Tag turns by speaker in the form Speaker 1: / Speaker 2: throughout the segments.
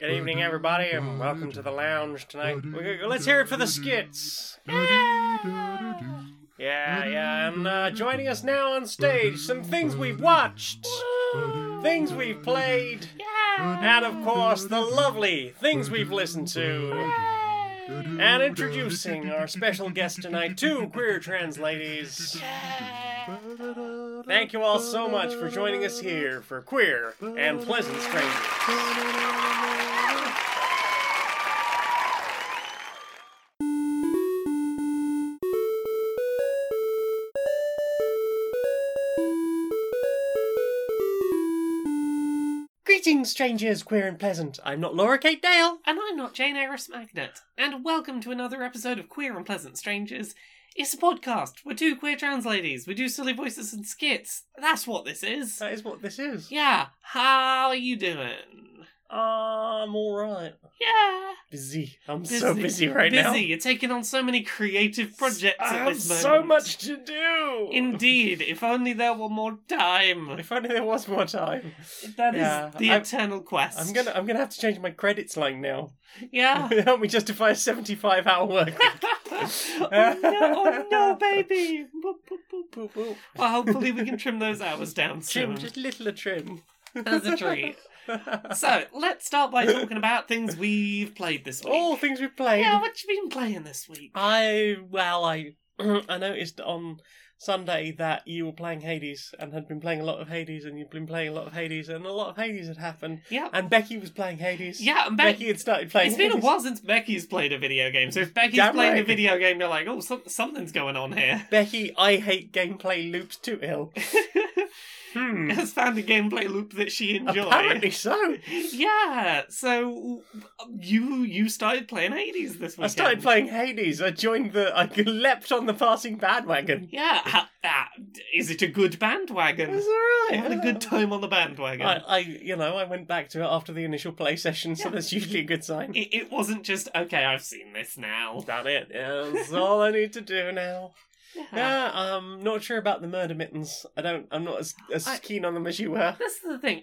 Speaker 1: Good evening, everybody, and welcome to the lounge tonight. We- Let's hear it for the skits. Yeah, yeah, and uh, joining us now on stage, some things we've watched, things we've played, and of course, the lovely things we've listened to. And introducing our special guest tonight, two queer trans ladies. Thank you all so much for joining us here for Queer and Pleasant Strangers. Greetings, strangers, queer and pleasant. I'm not Laura Kate Dale.
Speaker 2: And I'm not Jane Iris Magnet, and welcome to another episode of Queer and Pleasant Strangers. It's a podcast. We're two queer trans ladies. We do silly voices and skits. That's what this is.
Speaker 1: That is what this is.
Speaker 2: Yeah. How are you doing?
Speaker 1: I'm alright.
Speaker 2: Yeah.
Speaker 1: Busy. I'm so busy right
Speaker 2: Um, busy.
Speaker 1: now.
Speaker 2: You're taking on so many creative projects
Speaker 1: I
Speaker 2: at
Speaker 1: have
Speaker 2: this moment.
Speaker 1: so much to do.
Speaker 2: Indeed. If only there were more time.
Speaker 1: If only there was more time.
Speaker 2: That is
Speaker 1: Yeah,
Speaker 2: the
Speaker 1: I'm-
Speaker 2: eternal quest.
Speaker 1: I'm gonna I'm gonna have to change my credits line now.
Speaker 2: Yeah.
Speaker 1: Help me justify a 75 hour work.
Speaker 2: oh no! Oh no, baby! Boop, boop, boop.
Speaker 1: Boop, boop.
Speaker 2: Well, hopefully we can trim those hours down
Speaker 1: Trim,
Speaker 2: soon.
Speaker 1: just little a trim.
Speaker 2: That's a treat. So let's start by talking about things we've played this week.
Speaker 1: All things we played.
Speaker 2: yeah, what you been playing this week?
Speaker 1: I well I I noticed on Sunday that you were playing Hades and had been playing a lot of Hades and you'd been playing a lot of Hades and a lot of Hades had happened
Speaker 2: Yeah,
Speaker 1: and Becky was playing Hades.
Speaker 2: yeah, and Becky.
Speaker 1: Becky had started playing.
Speaker 2: It's been a
Speaker 1: Hades.
Speaker 2: while since Becky's played a video game. So if Becky's
Speaker 1: Damn
Speaker 2: playing
Speaker 1: right.
Speaker 2: a video game, you're like, oh, some- something's going on here.
Speaker 1: Becky, I hate gameplay loops too ill. Hmm.
Speaker 2: Has found a gameplay loop that she enjoys.
Speaker 1: Apparently so.
Speaker 2: Yeah. So you you started playing Hades this week.
Speaker 1: I started playing Hades. I joined the. I leapt on the passing bandwagon.
Speaker 2: Yeah. ha- ah, is it a good bandwagon?
Speaker 1: It was alright.
Speaker 2: Having a good time on the bandwagon.
Speaker 1: I, I, you know, I went back to it after the initial play session, so
Speaker 2: Yeah.
Speaker 1: that's usually a good sign.
Speaker 2: it, it wasn't just okay. I've seen this now.
Speaker 1: That it. Yeah, that's all I need to do now.
Speaker 2: Yeah.
Speaker 1: Yeah, I'm not sure about the murder mittens. I don't. I'm not as, as
Speaker 2: I-
Speaker 1: keen on them as you were.
Speaker 2: That's the thing.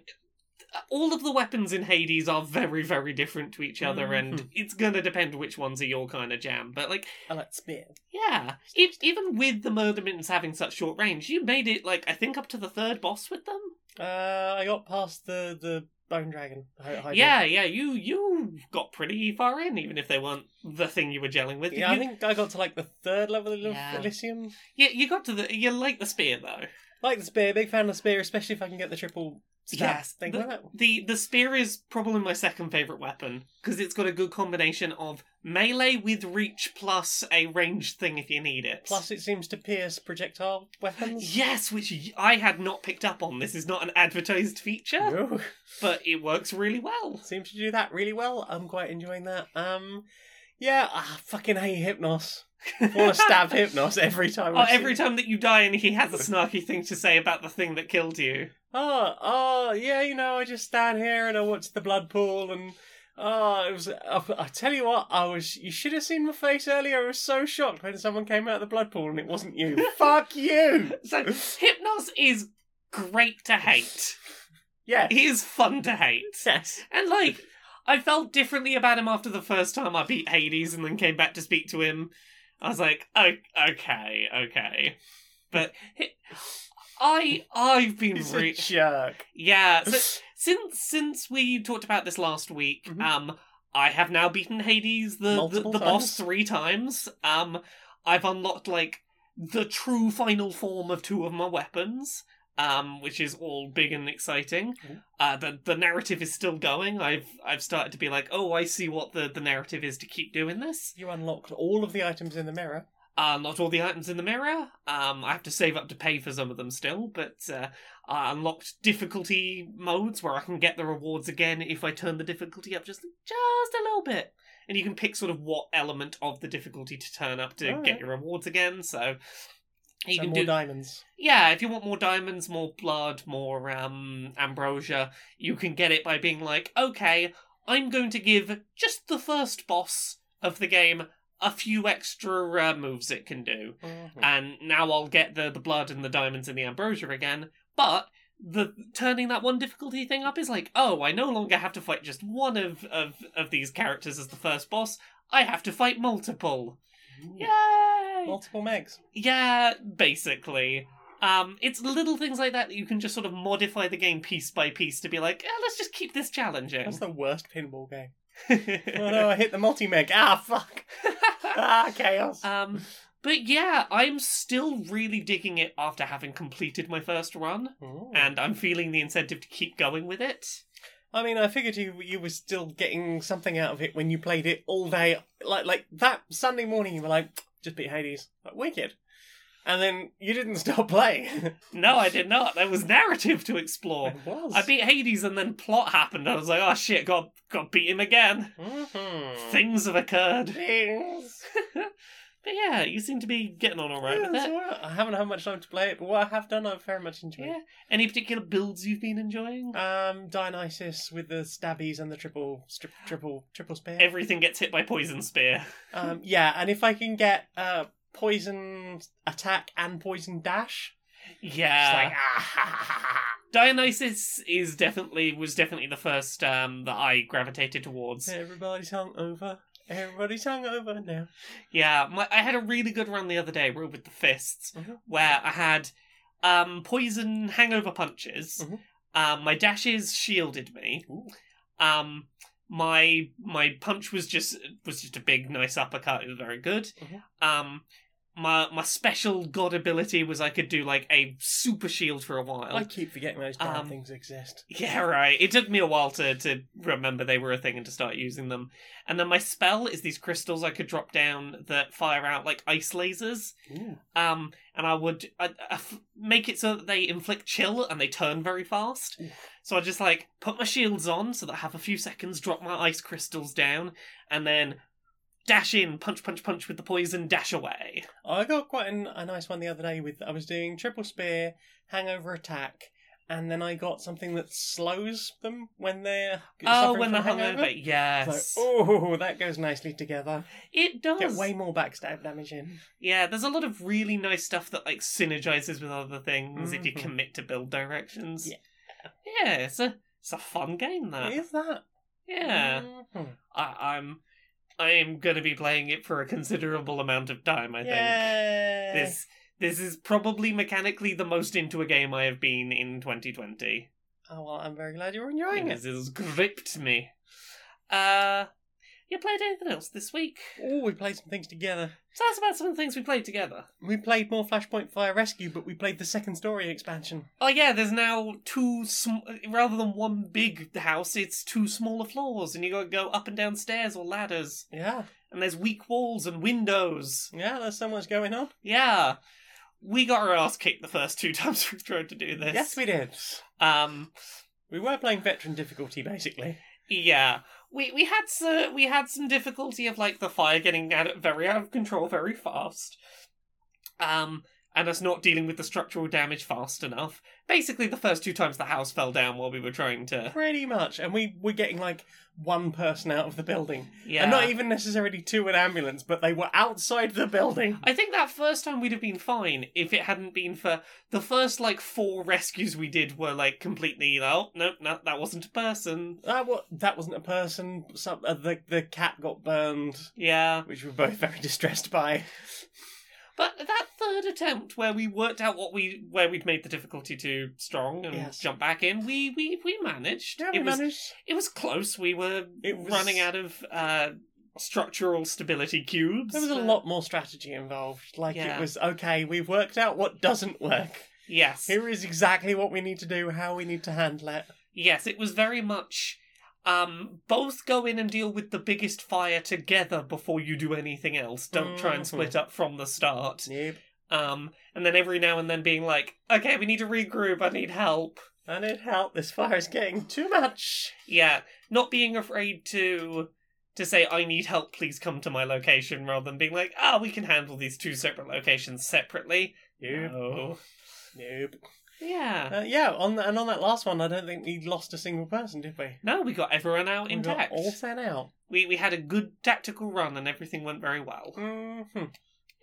Speaker 2: All of the weapons in Hades are very, very different to each other, and
Speaker 1: Mhm.
Speaker 2: it's gonna depend which ones are your kind of jam. But like,
Speaker 1: I like spear.
Speaker 2: yeah, e- even with the murder mittens having such short range, you made it like I think up to the third boss with them.
Speaker 1: Uh, I got past the the bone dragon. I, I did.
Speaker 2: yeah, yeah, you you got pretty far in, even if they weren't the thing you were gelling with.
Speaker 1: Yeah,
Speaker 2: you,
Speaker 1: I think I got to like the third level of
Speaker 2: Yeah.
Speaker 1: Elysium.
Speaker 2: yeah, you got to the you like the spear though.
Speaker 1: Like the spear, big fan of the spear, especially if I can get the triple stab
Speaker 2: Yes,
Speaker 1: thing
Speaker 2: the,
Speaker 1: with it.
Speaker 2: The the spear is probably my second favorite weapon because it's got a good combination of melee with reach plus a ranged thing if you need it.
Speaker 1: Plus, it seems to pierce projectile weapons.
Speaker 2: yes, which y- I had not picked up on. This is not an advertised feature,
Speaker 1: No,
Speaker 2: but it works really well.
Speaker 1: seems to do that really well. I'm quite enjoying that. Um, yeah, I fucking hate Hypnos. Want to stab Hypnos every time.
Speaker 2: Oh,
Speaker 1: I see-
Speaker 2: every time that you die and he has a snarky thing to say about the thing that killed you.
Speaker 1: Oh, oh, yeah, you know, I just stand here and I watch the blood pool and. Oh, it was. I, I tell you what, I was. You should have seen my face earlier. I was so shocked when someone came out of the blood pool and it wasn't you. Fuck you!
Speaker 2: So Hypnos is great to hate.
Speaker 1: Yeah.
Speaker 2: He is fun to hate.
Speaker 1: Yes.
Speaker 2: And like, I felt differently about him after the first time I beat Hades and then came back to speak to him. I was like, oh, okay, okay, but he- I I've been
Speaker 1: He's a
Speaker 2: re-
Speaker 1: jerk.
Speaker 2: yeah. So since since we talked about this last week,
Speaker 1: Mhm.
Speaker 2: um, I have now beaten Hades the the,
Speaker 1: Multiple
Speaker 2: the
Speaker 1: times.
Speaker 2: boss three times. Um, I've unlocked like the true final form of two of my weapons. Um, which is all big and exciting.
Speaker 1: Cool.
Speaker 2: Uh, the the narrative is still going. I've I've started to be like, oh, I see what the, the narrative is to keep doing this.
Speaker 1: You unlocked all of the items in the mirror.
Speaker 2: Uh, not all the items in the mirror. Um, I have to save up to pay for some of them still, but uh, I unlocked difficulty modes where I can get the rewards again if I turn the difficulty up just just a little bit. And you can pick sort of what element of the difficulty to turn up to
Speaker 1: Alright.
Speaker 2: get your rewards again. So you
Speaker 1: So
Speaker 2: can
Speaker 1: more
Speaker 2: do
Speaker 1: diamonds.
Speaker 2: yeah, if you want more diamonds, more blood, more um, ambrosia, you can get it by being like, okay, I'm going to give just the first boss of the game a few extra uh, moves
Speaker 1: Mm-hmm. Hmm.
Speaker 2: it can do. And now I'll get the, the blood and the diamonds and the ambrosia again, but the turning that one difficulty thing up is like, oh, I no longer have to fight just one of of of these characters as the first boss. I have to fight multiple. Yay!
Speaker 1: Multiple megs.
Speaker 2: Yeah, basically. Um, it's little things like that that you can just sort of modify the game piece by piece to be like, eh, let's just keep this challenging.
Speaker 1: That's the worst pinball game. Oh no, I hit the multi meg. Ah, fuck. Ah, chaos.
Speaker 2: um, but yeah, I'm still really digging it after having completed my first run,
Speaker 1: Ooh.
Speaker 2: and I'm feeling the incentive to keep going with it.
Speaker 1: I mean, I figured you you were still getting something out of it when you played it all day, like like that Sunday morning. You were like, just beat Hades, like wicked, and then you didn't stop playing.
Speaker 2: No, I did not. There was narrative to explore.
Speaker 1: was.
Speaker 2: I beat Hades, and then plot happened. I was like, oh shit, got got beat him again.
Speaker 1: Mhm.
Speaker 2: Things have occurred.
Speaker 1: Things.
Speaker 2: But yeah, you seem to be getting on all right
Speaker 1: Yeah,
Speaker 2: with
Speaker 1: it's
Speaker 2: it.
Speaker 1: alright. I haven't had much time to play it, but what I have done, I've very much enjoyed.
Speaker 2: Yeah. Any particular builds you've been enjoying?
Speaker 1: Um, Dionysus with the stabbies and the triple, stri- triple, triple spear.
Speaker 2: Everything gets hit by poison spear.
Speaker 1: um, yeah, and if I can get uh poison attack and poison dash,
Speaker 2: Yeah.
Speaker 1: it's like ah, ha, ha, ha, ha.
Speaker 2: Dionysus is definitely was definitely the first um that I gravitated towards.
Speaker 1: Everybody's hungover. Everybody's hungover now.
Speaker 2: Yeah, my, I had a really good run the other day with the fists,
Speaker 1: Mhm.
Speaker 2: where I had um poison hangover punches.
Speaker 1: Mhm.
Speaker 2: Um, my dashes shielded me.
Speaker 1: Ooh.
Speaker 2: Um, my my punch was just was just a big nice uppercut. It was very good.
Speaker 1: Mhm.
Speaker 2: Um, my my special god ability was I could do like a super shield for a while.
Speaker 1: I keep forgetting those damn
Speaker 2: Um,
Speaker 1: things exist.
Speaker 2: Yeah, right. It took me a while to, to remember they were a thing and to start using them. And then my spell is these crystals I could drop down that fire out like ice lasers. Um, and I would I, I f- make it so that they inflict chill and they turn very fast.
Speaker 1: Oof.
Speaker 2: So I just like put my shields on so that I have a few seconds, drop my ice crystals down, and then dash in, punch, punch, punch with the poison, dash away.
Speaker 1: I got quite an, a nice one the other day with I was doing triple spear, hangover attack, and then I got something that slows them when they're
Speaker 2: Oh,
Speaker 1: suffering
Speaker 2: when the
Speaker 1: from hangover.
Speaker 2: hungover, yes,
Speaker 1: It's like, oh, that goes nicely together.
Speaker 2: it does.
Speaker 1: Get way more backstab damage in.
Speaker 2: Yeah, there's a lot of really nice stuff that like synergizes with other things if you
Speaker 1: Mhm.
Speaker 2: commit to build directions.
Speaker 1: Yeah.
Speaker 2: Yeah, it's a it's a fun game
Speaker 1: What
Speaker 2: that.
Speaker 1: is that?
Speaker 2: Uh, Yeah,
Speaker 1: Mhm.
Speaker 2: I, I'm I'm gonna be playing it for a considerable amount of time. I
Speaker 1: Yay.
Speaker 2: think this this is probably mechanically the most into a game I have been in 2020.
Speaker 1: Oh well, I'm very glad you're enjoying it.
Speaker 2: This has gripped me. Uh, you played anything else this week?
Speaker 1: Oh, we played some things together.
Speaker 2: Tell us about some of the things we played together.
Speaker 1: We played more Flashpoint Fire Rescue, but we played the second story expansion.
Speaker 2: Oh yeah, there's now two sm- rather than one big house, it's two smaller floors, and you got to go up and down stairs or ladders.
Speaker 1: Yeah,
Speaker 2: And there's weak walls and windows.
Speaker 1: yeah, there's so much going on.
Speaker 2: Yeah, we got our ass kicked the first two times we tried to do this.
Speaker 1: Yes, we did.
Speaker 2: Um,
Speaker 1: We were playing veteran difficulty, basically.
Speaker 2: yeah, we we had so we had some difficulty of like the fire getting out very out of control very fast. Um. And us not dealing with the structural damage fast enough. Basically, the first two times the house fell down while we were trying to.
Speaker 1: Pretty much. And we were getting like one person out of the building.
Speaker 2: Yeah.
Speaker 1: And not e- even necessarily to an ambulance, but they were outside the building.
Speaker 2: I think that first time we'd have been fine if it hadn't been for the first like four rescues we did were like completely oh no no that wasn't a person
Speaker 1: That, wa- Uh, that wasn't a person. Some, uh, the, the cat got burned,
Speaker 2: yeah
Speaker 1: which we were both very distressed by.
Speaker 2: but that third attempt where we worked out what we where we'd made the difficulty too strong and
Speaker 1: Yes.
Speaker 2: jumped back in we we we managed
Speaker 1: Yeah,
Speaker 2: it
Speaker 1: we
Speaker 2: was
Speaker 1: managed.
Speaker 2: it was close we were
Speaker 1: It was-
Speaker 2: running out of uh structural stability cubes Uh,
Speaker 1: There was a
Speaker 2: but-
Speaker 1: lot more strategy involved. Like
Speaker 2: Yeah.
Speaker 1: it was okay, we've worked out what doesn't work.
Speaker 2: yes
Speaker 1: Here is exactly what we need to do, how we need to handle it.
Speaker 2: Yes, it was very much um both go in and deal with the biggest fire together before you do anything else. Don't try and
Speaker 1: Mhm.
Speaker 2: split up from the start.
Speaker 1: Nope.
Speaker 2: Um and then every now and then being like, "Okay, we need to regroup. I need help."
Speaker 1: I need help. This fire is getting too much.
Speaker 2: Yeah, not being afraid to to say I need help, please come to my location rather than being like, "Ah, we can handle these two separate locations separately."
Speaker 1: Nope.
Speaker 2: No.
Speaker 1: Nope.
Speaker 2: Yeah.
Speaker 1: Uh, yeah, on the, and on that last one, I don't think we lost a single person, did we?
Speaker 2: No, we got everyone out
Speaker 1: we got
Speaker 2: intact.
Speaker 1: all sent out.
Speaker 2: We we had a good tactical run and everything went very well.
Speaker 1: hmm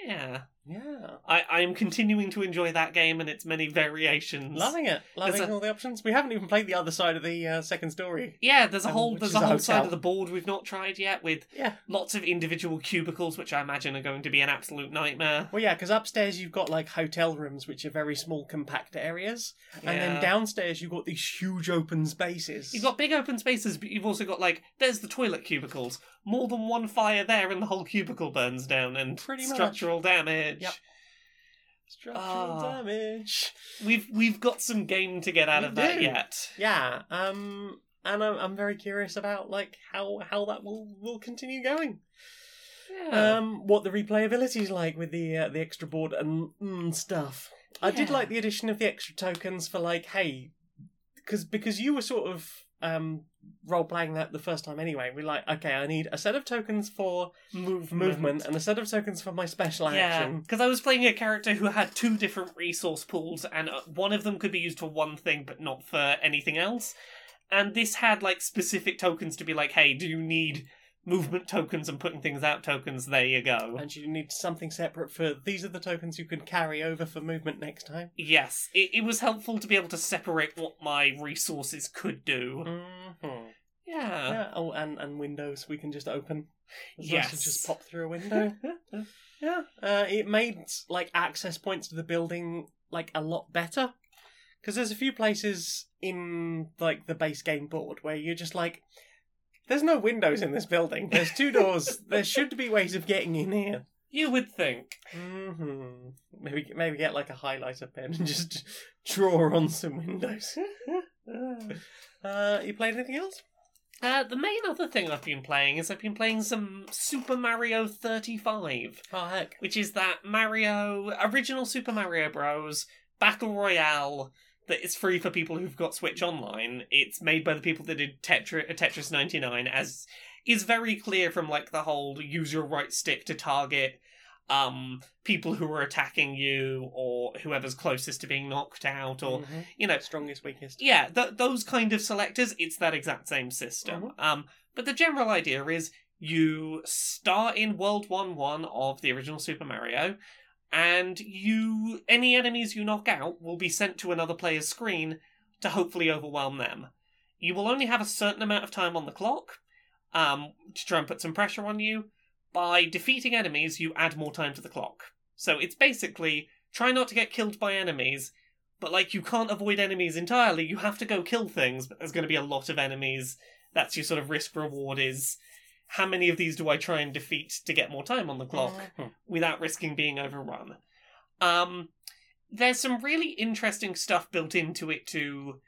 Speaker 2: Yeah.
Speaker 1: Yeah.
Speaker 2: I, I am continuing to enjoy that game and its many variations.
Speaker 1: Loving it. Loving
Speaker 2: There's a-
Speaker 1: all the options. We haven't even played the other side of the uh, second story.
Speaker 2: Yeah, there's a
Speaker 1: Um,
Speaker 2: whole
Speaker 1: which
Speaker 2: there's
Speaker 1: is
Speaker 2: a
Speaker 1: a
Speaker 2: whole
Speaker 1: hotel.
Speaker 2: side of the board we've not tried yet with
Speaker 1: Yeah.
Speaker 2: lots of individual cubicles, which I imagine are going to be an absolute nightmare.
Speaker 1: Well, yeah, because upstairs you've got like hotel rooms, which are very small, compact areas, and
Speaker 2: Yeah.
Speaker 1: then downstairs you've got these huge open spaces.
Speaker 2: You've got big open spaces, but you've also got like there's the toilet cubicles. More than one fire there, and the whole cubicle burns down and
Speaker 1: Pretty much.
Speaker 2: structural damage.
Speaker 1: Yep. structural
Speaker 2: Ah.
Speaker 1: damage.
Speaker 2: We've we've got some game to get out
Speaker 1: We
Speaker 2: of that
Speaker 1: do.
Speaker 2: yet.
Speaker 1: Yeah. Um. And I'm, I'm very curious about like how how that will will continue going.
Speaker 2: Yeah.
Speaker 1: Um. What the replayability is like with the uh, the extra board and mm, stuff. I did
Speaker 2: Yeah.
Speaker 1: like the addition of the extra tokens for like hey, because because you were sort of um role playing that the first time anyway. We're like okay, I need a set of tokens for movement and a set of tokens for my special
Speaker 2: Yeah,
Speaker 1: action.
Speaker 2: because I was playing a character who had two different resource pools, and uh, one of them could be used for one thing but not for anything else. And this had like specific tokens to be like, hey, do you need movement tokens and putting things out tokens? There you go.
Speaker 1: And you need something separate for these are the tokens you can carry over for movement next time.
Speaker 2: Yes, it, it was helpful to be able to separate what my resources could do.
Speaker 1: Mm-hmm.
Speaker 2: Yeah.
Speaker 1: Yeah. Oh, and, and windows we can just open. As yes.
Speaker 2: Yes.
Speaker 1: just pop through a window. yeah. Uh, it made like access points to the building like a lot better because there's a few places in like the base game board where you're just like, there's no windows in this building. There's two doors. there should be ways of getting in here.
Speaker 2: You would think.
Speaker 1: hmm Maybe maybe get like a highlighter pen and just draw on some windows. uh, you played anything else?
Speaker 2: Uh, the main other thing I've been playing is I've been playing some Super Mario 35.
Speaker 1: Oh heck!
Speaker 2: which is that Mario original Super Mario Bros. Battle Royale that is free for people who've got Switch Online. It's made by the people that did Tetra, uh, Tetris 99, as is very clear from like the whole use your right stick to target um people who are attacking you or whoever's closest to being knocked out or
Speaker 1: Mhm.
Speaker 2: you know
Speaker 1: Strongest, weakest.
Speaker 2: yeah, th- those kind of selectors, it's that exact same system. Um, but the general idea is you start in World 1 1 of the original Super Mario, and you any enemies you knock out will be sent to another player's screen to hopefully overwhelm them. You will only have a certain amount of time on the clock um, to try and put some pressure on you. By defeating enemies, you add more time to the clock. So it's basically try not to get killed by enemies, but like you can't avoid enemies entirely. You have to go kill things, but there's going to be a lot of enemies. That's your sort of risk reward is how many of these do I try and defeat to get more time on the clock
Speaker 1: Mhm.
Speaker 2: without risking being overrun. Um, there's some really interesting stuff built into it to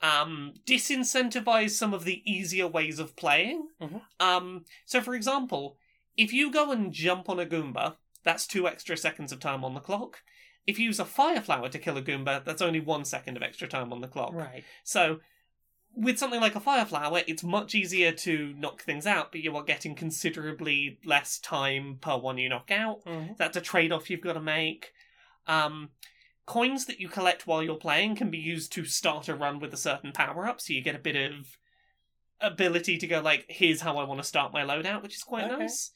Speaker 2: um, disincentivize some of the easier ways of playing.
Speaker 1: Mhm.
Speaker 2: Um, so, for example, if you go and jump on a Goomba, that's two extra seconds of time on the clock. If you use a fire flower to kill a Goomba, that's only one second of extra time on the clock.
Speaker 1: Right.
Speaker 2: So, with something like a fire flower, it's much easier to knock things out, but you are getting considerably less time per one you knock out.
Speaker 1: Mhm.
Speaker 2: That's a trade off you've got to make. Um, coins that you collect while you're playing can be used to start a run with a certain power up, so you get a bit of ability to go like, here's how I want to start my loadout, which is quite
Speaker 1: Okay.
Speaker 2: nice.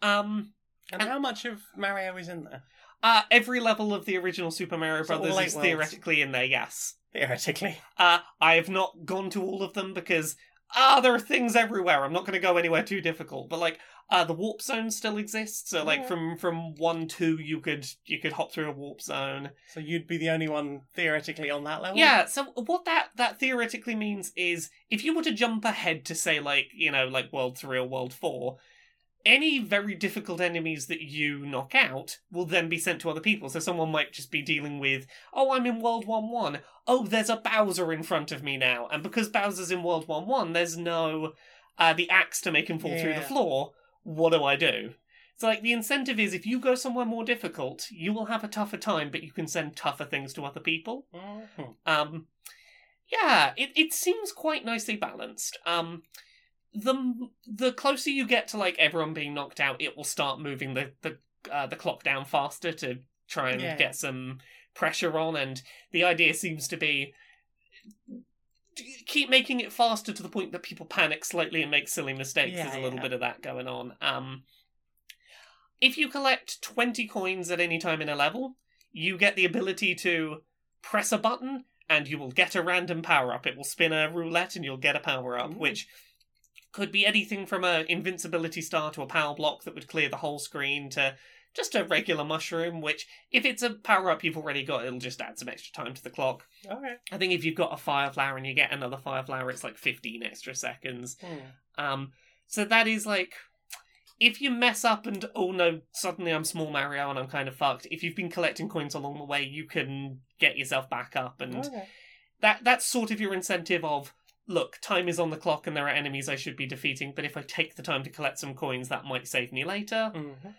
Speaker 2: Um,
Speaker 1: And how much of Mario is in there?
Speaker 2: uh, every level of the original Super Mario
Speaker 1: So all
Speaker 2: Brothers
Speaker 1: eight
Speaker 2: is
Speaker 1: worlds.
Speaker 2: theoretically in there, yes.
Speaker 1: Theoretically.
Speaker 2: Uh, I have not gone to all of them because ah, there are things everywhere. I'm not going to go anywhere too difficult. But like, uh, the warp zone still exists. So like,
Speaker 1: Yeah.
Speaker 2: from from one two, you could you could hop through a warp zone.
Speaker 1: So you'd be the only one theoretically on that level?
Speaker 2: Yeah. So what that that theoretically means is, if you were to jump ahead to say like you know like world three or world four. Any very difficult enemies that you knock out will then be sent to other people. So someone might just be dealing with, oh, I'm in World 1 1 oh, there's a Bowser in front of me now. And because Bowser's in World 1 1, there's no uh, the axe to make him fall through the
Speaker 1: Yeah.
Speaker 2: floor. What do I do? So, like, the incentive is if you go somewhere more difficult, you will have a tougher time, but you can send tougher things to other people.
Speaker 1: Mhm.
Speaker 2: Um, yeah, it, it seems quite nicely balanced. Um, the m- the closer you get to like everyone being knocked out, it will start moving the the uh, the clock down faster to try and
Speaker 1: Yeah.
Speaker 2: get some pressure on. And the idea seems to be d- keep making it faster to the point that people panic slightly and make silly mistakes.
Speaker 1: Yeah,
Speaker 2: There's a little
Speaker 1: yeah.
Speaker 2: bit of that going on. Um, If you collect 20 coins at any time in a level, you get the ability to press a button and you will get a random power up. It will spin a roulette and you'll get a power up,
Speaker 1: Ooh.
Speaker 2: which could be anything from a invincibility star to a power block that would clear the whole screen to just a regular mushroom, which if it's a power up you've already got, it'll just add some extra time to the clock.
Speaker 1: Okay.
Speaker 2: I think if you've got a fire flower and you get another fire flower, it's like 15 extra seconds. Um, so that is like, if you mess up and oh no, suddenly I'm small Mario and I'm kind of fucked. If you've been collecting coins along the way, you can get yourself back up, and
Speaker 1: Mm. Okay.
Speaker 2: that that's sort of your incentive of look, time is on the clock and there are enemies I should be defeating. But if I take the time to collect some coins, that might save me later.
Speaker 1: Mhm.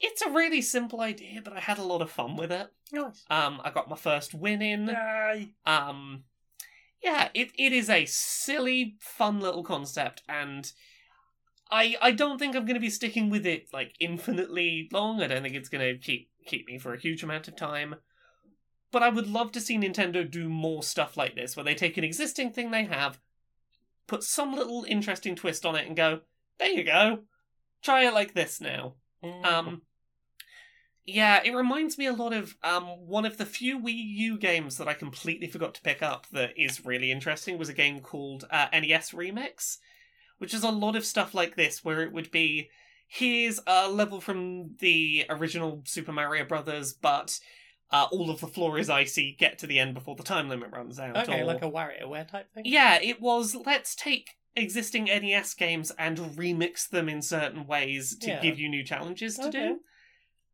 Speaker 2: It's a really simple idea, but I had a lot of fun with it.
Speaker 1: Nice.
Speaker 2: Um, I got my first win in.
Speaker 1: Yay.
Speaker 2: Um, yeah, it, it is a silly, fun little concept, and I I don't think I'm going to be sticking with it like infinitely long. I don't think it's going to keep keep me for a huge amount of time. But I would love to see Nintendo do more stuff like this, where they take an existing thing they have, put some little interesting twist on it, and go, there you go, try it like this now.
Speaker 1: Mm.
Speaker 2: Um, yeah, it reminds me a lot of um, one of the few Wii U games that I completely forgot to pick up that is really interesting was a game called uh, NES Remix, which is a lot of stuff like this where it would be here's a level from the original Super Mario Brothers, but uh, all of the floor is icy. Get to the end before the time limit runs out.
Speaker 1: okay,
Speaker 2: or-
Speaker 1: like a WarioWare type thing.
Speaker 2: yeah, it was let's take existing NES games and remix them in certain ways to
Speaker 1: Yeah.
Speaker 2: give you new challenges to
Speaker 1: Okay.
Speaker 2: do.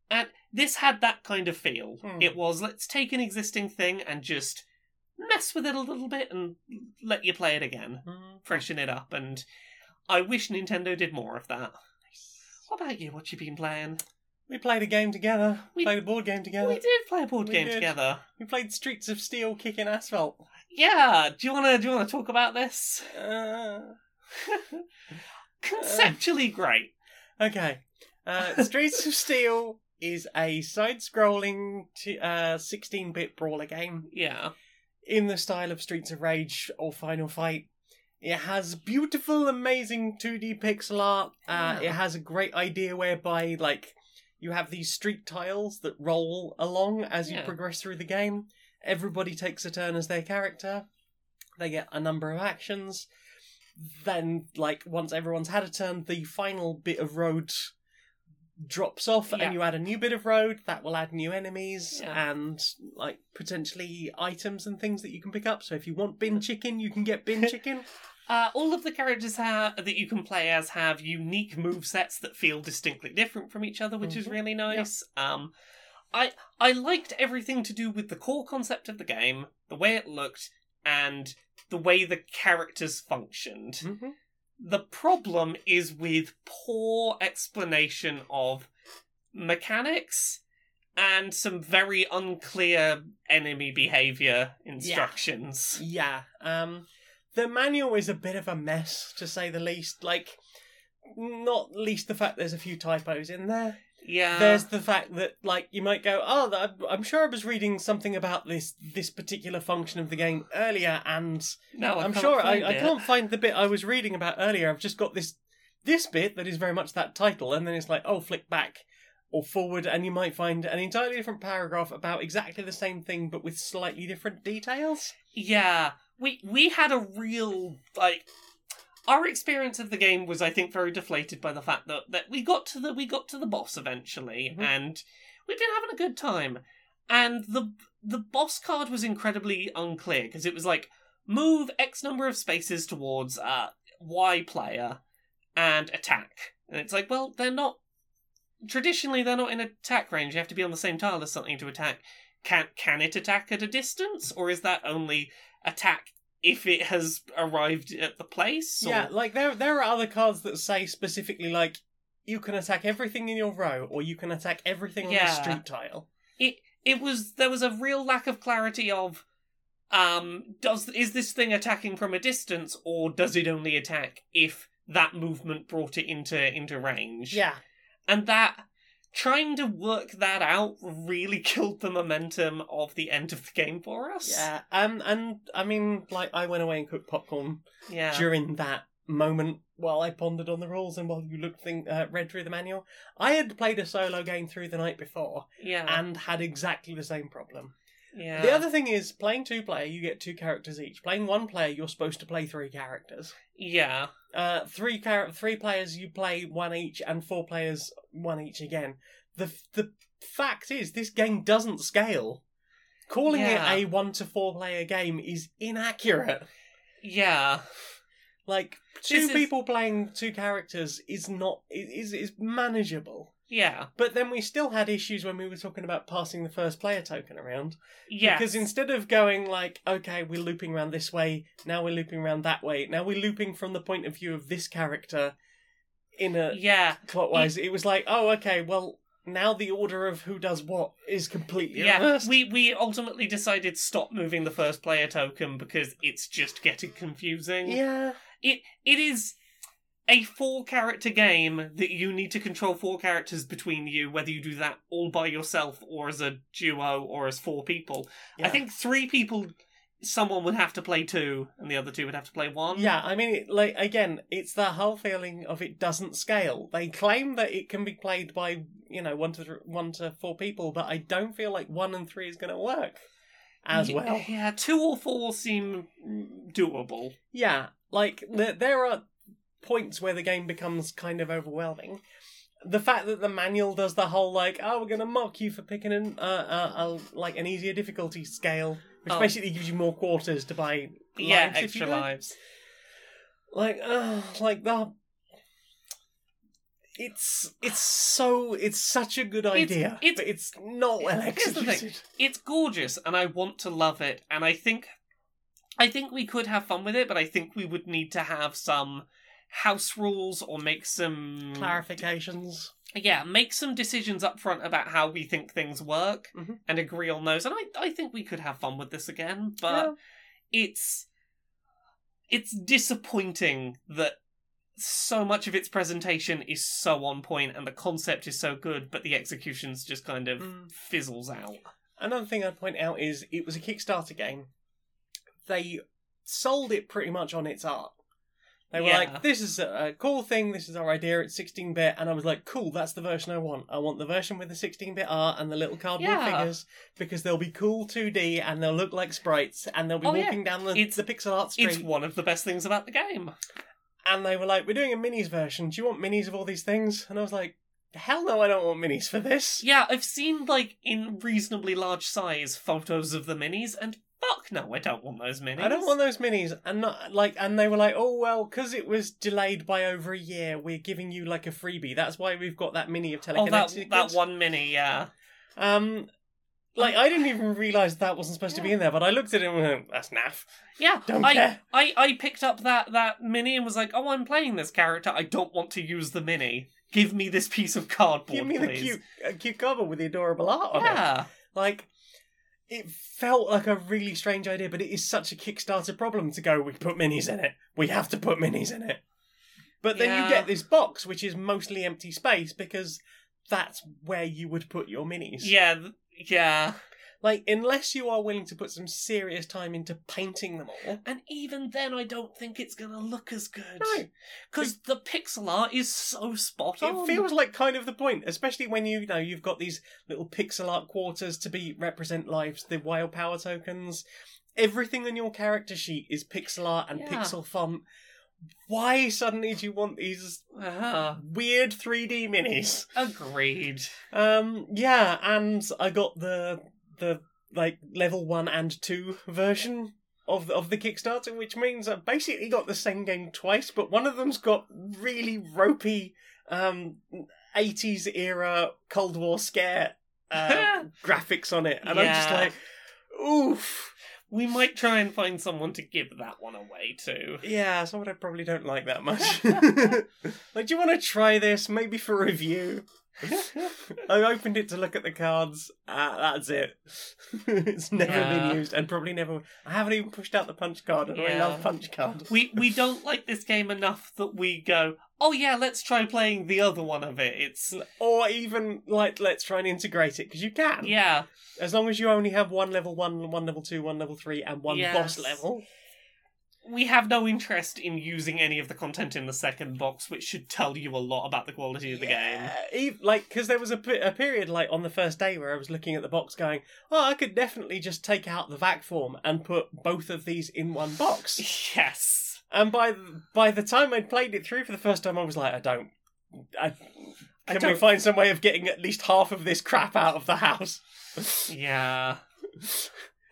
Speaker 2: And this had that kind of feel.
Speaker 1: Hmm.
Speaker 2: It was let's take an existing thing and just mess with it a little bit and let you play it again,
Speaker 1: Mhm.
Speaker 2: freshen it up. And I wish Nintendo did more of that. What about you? What you been playing?
Speaker 1: We played a game together.
Speaker 2: We-
Speaker 1: played a board game together.
Speaker 2: We did play a board
Speaker 1: We
Speaker 2: game
Speaker 1: did.
Speaker 2: together.
Speaker 1: We played Streets of Steel kicking asphalt.
Speaker 2: Yeah. Do you wanna do you wanna talk about this?
Speaker 1: Uh,
Speaker 2: Conceptually great.
Speaker 1: okay. Uh, Streets of Steel is a side-scrolling t- uh, 16-bit brawler game
Speaker 2: Yeah.
Speaker 1: in the style of Streets of Rage or Final Fight. It has beautiful, amazing 2D pixel art. Uh,
Speaker 2: Yeah.
Speaker 1: It has a great idea whereby, like, you have these street tiles that roll along as you
Speaker 2: Yeah.
Speaker 1: progress through the game. Everybody takes a turn as their character. They get a number of actions. Then, like, once everyone's had a turn, the final bit of road drops off
Speaker 2: Yeah.
Speaker 1: and you add a new bit of road that will add new enemies
Speaker 2: Yeah.
Speaker 1: and like potentially items and things that you can pick up so if you want bin chicken you can get bin chicken
Speaker 2: Uh, all of the characters ha- that you can play as have unique move sets that feel distinctly different from each other, which is
Speaker 1: Mhm.
Speaker 2: really nice. Um, I I liked everything to do with the core concept of the game, the way it looked, and the way the characters functioned. The problem is with poor explanation of mechanics and some very unclear enemy behavior instructions.
Speaker 1: yeah um the manual is a bit of a mess to say the least like not least the fact there's a few typos in there
Speaker 2: Yeah.
Speaker 1: there's the fact that like you might go oh th- i'm sure i was reading something about this this particular function of the game earlier and
Speaker 2: no, Oh, I
Speaker 1: I'm
Speaker 2: can't
Speaker 1: sure I,
Speaker 2: find
Speaker 1: I
Speaker 2: it.
Speaker 1: can't find the bit I was reading about earlier. I've just got this this bit that is very much that title, and then it's like, oh, flick back or forward, and you might find an entirely different paragraph about exactly the same thing but with slightly different details.
Speaker 2: Yeah, we we had a real like our experience of the game was I think very deflated by the fact that that we got to the we got to the boss eventually
Speaker 1: Mhm.
Speaker 2: and we've been having a good time and the the boss card was incredibly unclear because it was like move x number of spaces towards uh y player and attack and it's like well they're not traditionally they're not in attack range you have to be on the same tile as something to attack can can it attack at a distance or is that only attack if it has arrived at the place or-
Speaker 1: Yeah, like there there are other cards that say specifically like you can attack everything in your row, or you can attack everything on
Speaker 2: Yeah.
Speaker 1: the street tile.
Speaker 2: it was there was a real lack of clarity of um does is this thing attacking from a distance or does it only attack if that movement brought it into into range
Speaker 1: Yeah,
Speaker 2: and that trying to work that out really killed the momentum of the end of the game for us
Speaker 1: yeah. Um, and I mean, like I went away and cooked popcorn
Speaker 2: yeah
Speaker 1: during that moment while I pondered on the rules and while you looked thing, uh, read through the manual. I had played a solo game through the night before
Speaker 2: Yeah.
Speaker 1: and had exactly the same problem.
Speaker 2: yeah.
Speaker 1: The other thing is playing two player, you get two characters each. Playing one player, you're supposed to play three characters.
Speaker 2: Yeah.
Speaker 1: Uh, three char- three players, you play one each, and four players, one each again. The f- the fact is, this game doesn't scale. Calling
Speaker 2: Yeah.
Speaker 1: it a one to four player game is inaccurate.
Speaker 2: Yeah.
Speaker 1: Like two
Speaker 2: This is-
Speaker 1: people playing two characters is not i- is is manageable.
Speaker 2: Yeah.
Speaker 1: But then we still had issues when we were talking about passing the first player token around.
Speaker 2: Yeah.
Speaker 1: Because instead of going like, okay, we're looping around this way, now we're looping around that way, now we're looping from the point of view of this character in a
Speaker 2: yeah.
Speaker 1: clockwise, it was like, oh, okay, well, now the order of who does what is completely
Speaker 2: Yeah,
Speaker 1: reversed.
Speaker 2: we we ultimately decided stop moving the first player token because it's just getting confusing.
Speaker 1: yeah.
Speaker 2: It it is a four character game that you need to control four characters between you, whether you do that all by yourself or as a duo or as four people.
Speaker 1: yeah.
Speaker 2: I think three people, someone would have to play two, and the other two would have to play one.
Speaker 1: Yeah, I mean, it, like again, it's the whole feeling of it doesn't scale. They claim that it can be played by you know one to th- one to four people, but I don't feel like one and three is going to work as
Speaker 2: Y-
Speaker 1: well.
Speaker 2: Yeah, two or four seem mm, doable.
Speaker 1: Yeah, like there, there are points where the game becomes kind of overwhelming. The fact that the manual does the whole like, oh, we're going to mock you for picking an uh, uh, uh, like an easier difficulty scale, which
Speaker 2: Oh.
Speaker 1: basically gives you more quarters to buy.
Speaker 2: yeah,
Speaker 1: lives if you
Speaker 2: extra
Speaker 1: go.
Speaker 2: lives.
Speaker 1: Like, uh, like the. It's it's so it's such a good
Speaker 2: It's-
Speaker 1: idea,
Speaker 2: it's-
Speaker 1: but it's not well
Speaker 2: Here's the thing.
Speaker 1: executed.
Speaker 2: It's gorgeous, and I want to love it, and I think, I think we could have fun with it, but I think we would need to have some house rules or make some
Speaker 1: Clarifications.
Speaker 2: yeah, make some decisions up front about how we think things work
Speaker 1: Mhm.
Speaker 2: and agree on those. And I, I think we could have fun with this again, but it's it's disappointing that so much of its presentation is so on point and the concept is so good, but the execution's just kind of
Speaker 1: Mm.
Speaker 2: fizzles out.
Speaker 1: Another thing I'd point out is it was a Kickstarter game. They sold it pretty much on its art. They were
Speaker 2: Yeah.
Speaker 1: like, "This is a a cool thing. This is our idea. It's 16-bit." And I was like, "Cool, that's the version I want. I want the version with the 16-bit art and the little cardboard
Speaker 2: Yeah.
Speaker 1: figures because they'll be cool 2D and they'll look like sprites and they'll be
Speaker 2: Oh, yeah.
Speaker 1: walking down the,
Speaker 2: It's-
Speaker 1: the pixel art
Speaker 2: It's
Speaker 1: street."
Speaker 2: one of the best things about the game.
Speaker 1: And they were like, "We're doing a minis version. Do you want minis of all these things?" And I was like, "Hell no, I don't want minis for this."
Speaker 2: Yeah, I've seen like in reasonably large size photos of the minis, and fuck no, I don't want those minis.
Speaker 1: I don't want those minis, and not like, and they were like, oh well, because it was delayed by over a year, we're giving you like a freebie. That's why we've got that mini of
Speaker 2: Oh, that,
Speaker 1: telekinesis.
Speaker 2: that one mini, yeah.
Speaker 1: Um, like I didn't even realize that wasn't supposed to be in there, but I looked at it and went, that's naff.
Speaker 2: Yeah,
Speaker 1: Don't
Speaker 2: I,
Speaker 1: care.
Speaker 2: I I picked up that that mini and was like, oh, I'm playing this character. I don't want to use the mini. Give me this piece of cardboard,
Speaker 1: Give me the
Speaker 2: please.
Speaker 1: cute, uh, cute cover with the adorable art on it.
Speaker 2: Yeah,
Speaker 1: Like, it felt like a really strange idea, but it is such a Kickstarter problem to go, we put minis in it. We have to put minis in it. But then you
Speaker 2: Yeah.
Speaker 1: get this box, which is mostly empty space because that's where you would put your minis.
Speaker 2: yeah, th- yeah.
Speaker 1: Like, unless you are willing to put some serious time into painting them all.
Speaker 2: And even then, I don't think it's gonna look as good.
Speaker 1: No.
Speaker 2: because the pixel art is so spot on.
Speaker 1: It feels like kind of the point, especially when you, you know you've got these little pixel art quarters to be represent lives, the wild power tokens. Everything on your character sheet is pixel art and
Speaker 2: Yeah.
Speaker 1: pixel font. Why suddenly do you want these
Speaker 2: Ah,
Speaker 1: weird 3D minis?
Speaker 2: agreed.
Speaker 1: Um, yeah, and I got the the like level one and two version of the, of the Kickstarter, which means I basically got the same game twice, but one of them's got really ropey um eighties era Cold War scare uh, graphics on it, and I'm just
Speaker 2: Yeah.
Speaker 1: like, oof.
Speaker 2: we might try and find someone to give that one away to.
Speaker 1: Yeah, someone I probably don't like that much. like, do you want to try this? Maybe for review. I opened it to look at the cards. Ah, that's it. it's never
Speaker 2: Yeah.
Speaker 1: been used, and probably never. I haven't even pushed out the punch card, and I
Speaker 2: Yeah.
Speaker 1: love punch card.
Speaker 2: we we don't like this game enough that we go, oh yeah, let's try playing the other one of it. It's
Speaker 1: Or even like, let's try and integrate it because you can.
Speaker 2: yeah,
Speaker 1: As long as you only have one level one, one level two, one level three, and one boss
Speaker 2: Yes.
Speaker 1: level.
Speaker 2: we have no interest in using any of the content in the second box, which should tell you a lot about the quality of the game.
Speaker 1: Ev- like, because there was a, pe- a period, like, on the first day where I was looking at the box going, oh, I could definitely just take out the VAC form and put both of these in one box.
Speaker 2: Yes.
Speaker 1: and by, th- by the time I'd played it through for the first time, I was like, I don't. I, can
Speaker 2: I
Speaker 1: we
Speaker 2: don't-
Speaker 1: find some way of getting at least half of this crap out of the house?
Speaker 2: Yeah.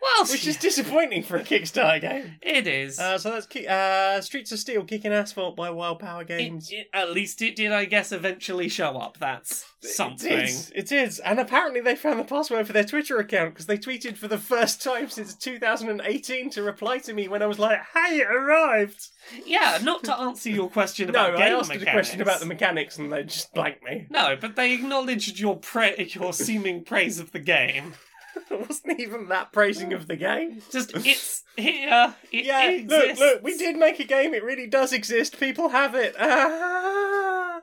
Speaker 2: Well,
Speaker 1: Which is disappointing for a Kickstarter game.
Speaker 2: it is.
Speaker 1: Uh, so that's ki- uh, Streets of Steel, Kicking Asphalt by Wild Power Games.
Speaker 2: It- it- at least it did, I guess, eventually show up. That's something.
Speaker 1: It is. It is. And apparently they found the password for their Twitter account because they tweeted for the first time since 2018 to reply to me when I was like, "Hey, it arrived."
Speaker 2: Yeah, not to answer your question
Speaker 1: No,
Speaker 2: about
Speaker 1: I
Speaker 2: game
Speaker 1: asked
Speaker 2: mechanics.
Speaker 1: a question about the mechanics and they just blanked me.
Speaker 2: No, but they acknowledged your pra- your seeming praise of the game.
Speaker 1: it wasn't even that praising of the game.
Speaker 2: Just it's here. It
Speaker 1: yeah, look,
Speaker 2: exists.
Speaker 1: look, we did make a game. It really does exist. People have it. Ah.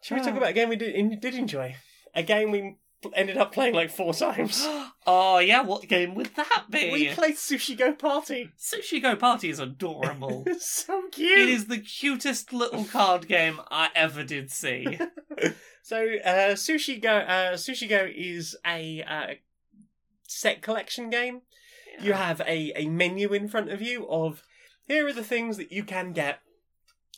Speaker 1: Should we talk
Speaker 2: Ah.
Speaker 1: about a game we did, in, did enjoy? A game we pl- ended up playing like four times.
Speaker 2: Oh yeah, what game would that be?
Speaker 1: we played Sushi Go Party.
Speaker 2: Sushi Go Party is adorable.
Speaker 1: It's so cute.
Speaker 2: it is the cutest little card game I ever did see.
Speaker 1: So uh, Sushi Go, uh, Sushi Go is a uh, set collection game. You have a, a menu in front of you of here are the things that you can get.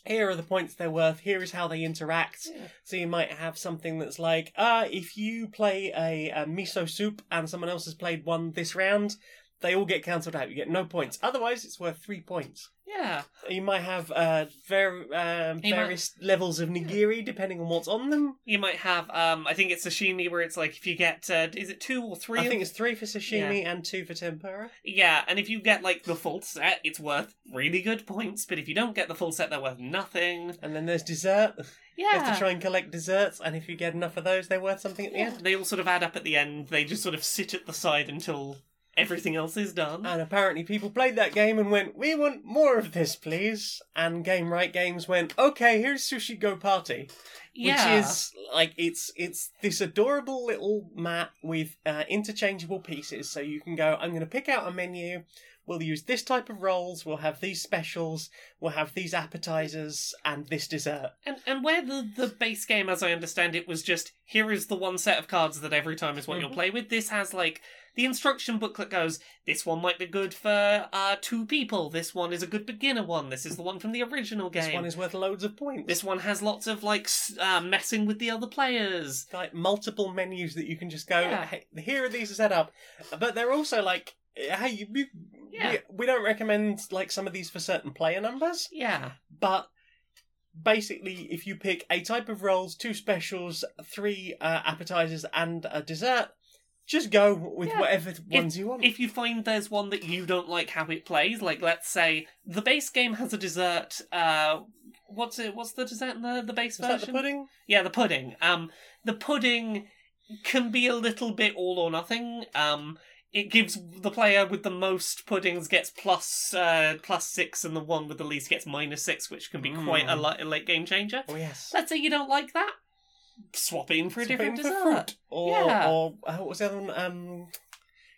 Speaker 1: Here are the points they're worth. Here is how they interact.
Speaker 2: Yeah.
Speaker 1: So you might have something that's like, uh, if you play a, a miso soup and someone else has played one this round, they all get cancelled out. You get no points. Otherwise, it's worth three points.
Speaker 2: Yeah.
Speaker 1: You might have uh, ver- um
Speaker 2: You might-
Speaker 1: various levels of nigiri depending on what's on them.
Speaker 2: You might have, um, I think it's sashimi where it's like if you get, uh, is it two or three?
Speaker 1: I think it's three for sashimi and two for tempura.
Speaker 2: Yeah, and if you get like the full set, it's worth really good points. But if you don't get the full set, they're worth nothing.
Speaker 1: And then there's dessert.
Speaker 2: Yeah.
Speaker 1: You have to try and collect desserts, and if you get enough of those, they're worth something at the
Speaker 2: Yeah,
Speaker 1: end.
Speaker 2: They all sort of add up at the end. They just sort of sit at the side until everything else is done.
Speaker 1: And apparently, people played that game and went, "We want more of this, please." And Game Right Games went, "Okay, here's Sushi Go Party,"
Speaker 2: yeah.
Speaker 1: which is like it's it's this adorable little mat with uh, interchangeable pieces, so you can go. I'm going to pick out a menu. We'll use this type of rolls. We'll have these specials. We'll have these appetizers and this dessert.
Speaker 2: And, and where the, the base game, as I understand it, was just here is the one set of cards that every time is what you'll
Speaker 1: Mhm.
Speaker 2: play with. This has like the instruction booklet goes, this one might be good for uh, two people. This one is a good beginner one. This is the one from the original game.
Speaker 1: This one is worth loads of points.
Speaker 2: This one has lots of like s- uh, messing with the other players.
Speaker 1: like multiple menus that you can just go.
Speaker 2: Yeah.
Speaker 1: Hey, here are these set up, but they're also like, hey, you, you,
Speaker 2: Yeah.
Speaker 1: we, we don't recommend like some of these for certain player numbers,
Speaker 2: Yeah.
Speaker 1: but basically, if you pick a type of rolls, two specials, three uh, appetizers, and a dessert, just go with
Speaker 2: Yeah.
Speaker 1: whatever ones you want.
Speaker 2: If you find there's one that you don't like how it plays, like let's say the base game has a dessert. Uh, what's it? What's the dessert in the the base
Speaker 1: Is that the
Speaker 2: version?
Speaker 1: pudding?
Speaker 2: Yeah, the pudding. Um, the pudding can be a little bit all or nothing. Um, it gives the player with the most puddings gets plus uh, plus six, and the one with the least gets minus six, which can be quite a,
Speaker 1: Mm.
Speaker 2: li- a late game changer.
Speaker 1: Oh yes.
Speaker 2: Let's say you don't like that. Swap it in for a
Speaker 1: Something
Speaker 2: different
Speaker 1: for
Speaker 2: dessert.
Speaker 1: fruit. Or,
Speaker 2: Yeah.
Speaker 1: or uh, what was the other one? Um,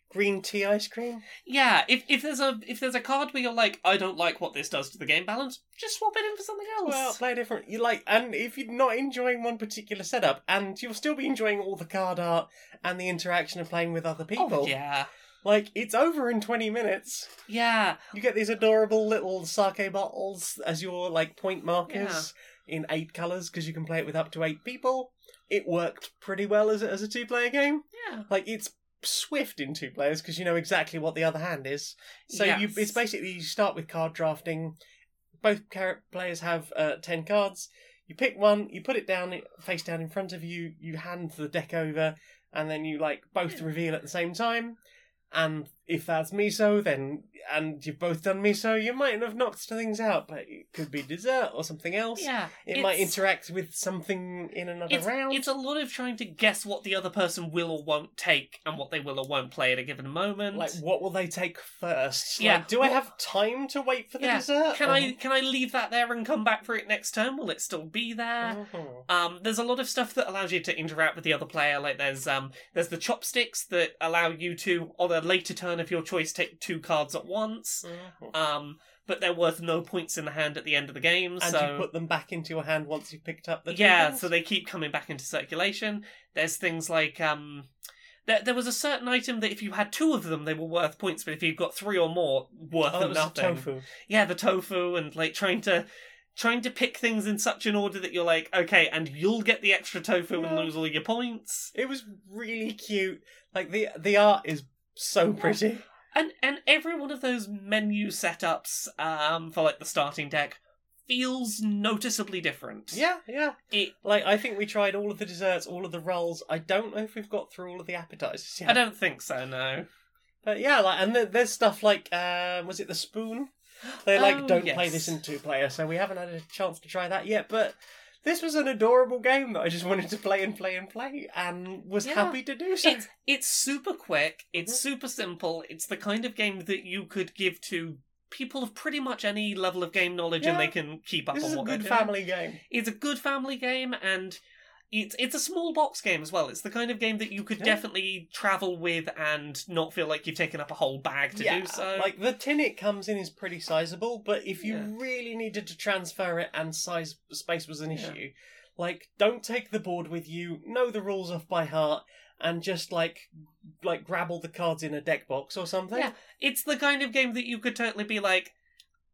Speaker 1: green tea ice cream.
Speaker 2: Yeah, if if there's a if there's a card where you're like, I don't like what this does to the game balance, just swap it in for something else.
Speaker 1: Well, play different. You like, and if you're not enjoying one particular setup, and you'll still be enjoying all the card art and the interaction of playing with other people.
Speaker 2: Oh, yeah,
Speaker 1: Like it's over in 20 minutes.
Speaker 2: yeah,
Speaker 1: You get these adorable little sake bottles as your like point markers in eight colors because you can play it with up to eight people. It worked pretty well as a, as a two player game.
Speaker 2: yeah.
Speaker 1: Like it's swift in two players because you know exactly what the other hand is. So you
Speaker 2: Yes.
Speaker 1: it's basically you start with card drafting. Both car- players have uh, ten cards. You pick one, you put it down face down in front of you. You hand the deck over, and then you like both
Speaker 2: Yeah.
Speaker 1: reveal at the same time. And if that's miso, then and you've both done miso, you might have knocked things out, but it could be dessert or something else.
Speaker 2: Yeah,
Speaker 1: It might
Speaker 2: it's-
Speaker 1: interact with something in another
Speaker 2: It's,
Speaker 1: round.
Speaker 2: it's a lot of trying to guess what the other person will or won't take and what they will or won't play at a given moment.
Speaker 1: like what will they take first?
Speaker 2: Yeah.
Speaker 1: Like, do I have time to wait for the
Speaker 2: Yeah.
Speaker 1: dessert?
Speaker 2: can I can I leave that there and come back for it next turn? Will it still be there?
Speaker 1: Mhm.
Speaker 2: Um, there's a lot of stuff that allows you to interact with the other player. Like there's um, there's the chopsticks that allow you to on a later turn turn of your choice take two cards at once.
Speaker 1: Mm-hmm.
Speaker 2: Um, but they're worth no points in the hand at the end of the game.
Speaker 1: and
Speaker 2: so
Speaker 1: you put them back into your hand once you've picked up the two
Speaker 2: yeah,
Speaker 1: things?
Speaker 2: so they keep coming back into circulation. There's things like um, there, there was a certain item that if you had two of them, they were worth points, but if you've got three or more, worth
Speaker 1: oh, that
Speaker 2: them
Speaker 1: was
Speaker 2: nothing.
Speaker 1: tofu.
Speaker 2: Yeah, the tofu and like trying to trying to pick things in such an order that you're like, okay, and you'll get the extra tofu and
Speaker 1: Yeah.
Speaker 2: lose all your points.
Speaker 1: It was really cute. Like the the art is so pretty.
Speaker 2: And and every one of those menu setups um for like the starting deck feels noticeably different.
Speaker 1: Yeah, yeah.
Speaker 2: It-
Speaker 1: Like I think we tried all of the desserts, all of the rolls. I don't know if we've got through all of the appetizers yet.
Speaker 2: I don't think so, no.
Speaker 1: But yeah, like and th- there's stuff like um, was it the spoon? They like
Speaker 2: Oh,
Speaker 1: don't play
Speaker 2: yes.
Speaker 1: this in two player, so we haven't had a chance to try that yet. But this was an adorable game that I just wanted to play and play and play, and was
Speaker 2: Yeah.
Speaker 1: happy to do so.
Speaker 2: It's it's super quick. It's
Speaker 1: Mhm.
Speaker 2: super simple. It's the kind of game that you could give to people of pretty much any level of game knowledge, and
Speaker 1: Yeah.
Speaker 2: they can keep up
Speaker 1: This
Speaker 2: on
Speaker 1: is a
Speaker 2: what they're
Speaker 1: good
Speaker 2: doing.
Speaker 1: family game.
Speaker 2: It's a good family game, and it's it's a small box game as well. It's the kind of game that you could
Speaker 1: Yeah.
Speaker 2: definitely travel with and not feel like you've taken up a whole bag to do so.
Speaker 1: Like the tin it comes in is pretty sizable, but if you
Speaker 2: Yeah.
Speaker 1: really needed to transfer it and size space was an
Speaker 2: Yeah.
Speaker 1: issue, like don't take the board with you, know the rules off by heart, and just like like grab all the cards in a deck box or something.
Speaker 2: Yeah. it's the kind of game that you could totally be like,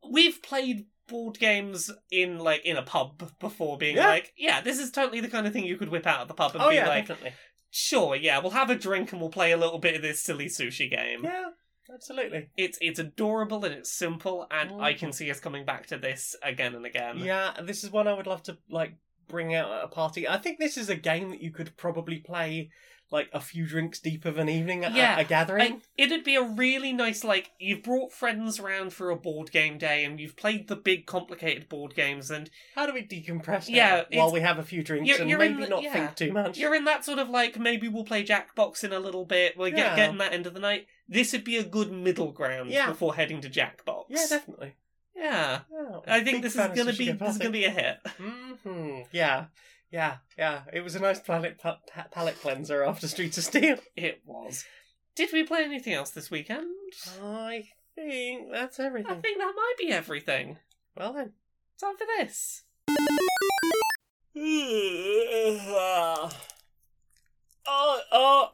Speaker 2: we've played board games in like in a pub before being
Speaker 1: Yeah.
Speaker 2: like yeah this is totally the kind of thing you could whip out of the pub and
Speaker 1: Oh
Speaker 2: be
Speaker 1: yeah,
Speaker 2: like
Speaker 1: definitely.
Speaker 2: sure, yeah, we'll have a drink and we'll play a little bit of this silly sushi game.
Speaker 1: Yeah, absolutely.
Speaker 2: It's it's adorable and it's simple, and I can
Speaker 1: Mhm.
Speaker 2: see us coming back to this again and again.
Speaker 1: Yeah, this is one I would love to like bring out at a party. I think this is a game that you could probably play like a few drinks deep of an evening at a-
Speaker 2: Yeah,
Speaker 1: a, gathering.
Speaker 2: I- it'd be a really nice like you've brought friends around for a board game day and you've played the big complicated board games and
Speaker 1: How do we decompress now
Speaker 2: Yeah, it's-
Speaker 1: while we have a few drinks
Speaker 2: You're-
Speaker 1: and
Speaker 2: you're in
Speaker 1: maybe
Speaker 2: the-
Speaker 1: not
Speaker 2: yeah.
Speaker 1: think too much?
Speaker 2: you're in that sort of like maybe we'll play Jackbox in a little bit. We're
Speaker 1: Yeah.
Speaker 2: get, getting that end of the night. This would be a good middle ground
Speaker 1: Yeah.
Speaker 2: before heading to Jackbox.
Speaker 1: Yeah, definitely.
Speaker 2: yeah.
Speaker 1: Yeah,
Speaker 2: I think this is gonna be this is gonna be a hit.
Speaker 1: hmm Yeah, yeah, yeah. It was a nice planet pa- pa- palette cleanser after Streets of Steel.
Speaker 2: It was. Did we play anything else this weekend?
Speaker 1: I think that's
Speaker 2: I
Speaker 1: everything.
Speaker 2: think that might be everything.
Speaker 1: Well then.
Speaker 2: Time for this.
Speaker 1: Oh, oh,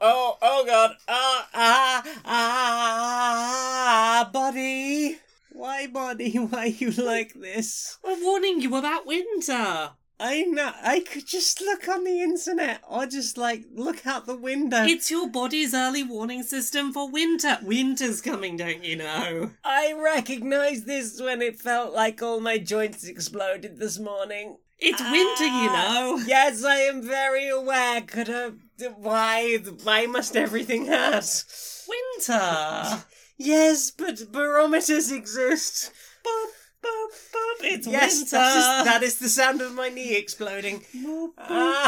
Speaker 1: oh, oh, God. Ah, ah, ah, buddy. Why, buddy? Why you like this?
Speaker 2: I'm warning you about winter.
Speaker 1: I know. I could just look on the internet or just, like, look out the window.
Speaker 2: It's your body's early warning system for winter. Winter's coming, don't you know?
Speaker 1: I recognise this when it felt like all my joints exploded this morning.
Speaker 2: It's winter, you
Speaker 1: Ah,
Speaker 2: know.
Speaker 1: Yes, I am very aware. Could have. Why? Why must everything hurt?
Speaker 2: Winter.
Speaker 1: Yes, but barometers exist.
Speaker 2: boop, boop, boop. It's
Speaker 1: yes,
Speaker 2: winter.
Speaker 1: that is- that is the sound of my knee exploding.
Speaker 2: Boop, boop, boop,
Speaker 1: Ah.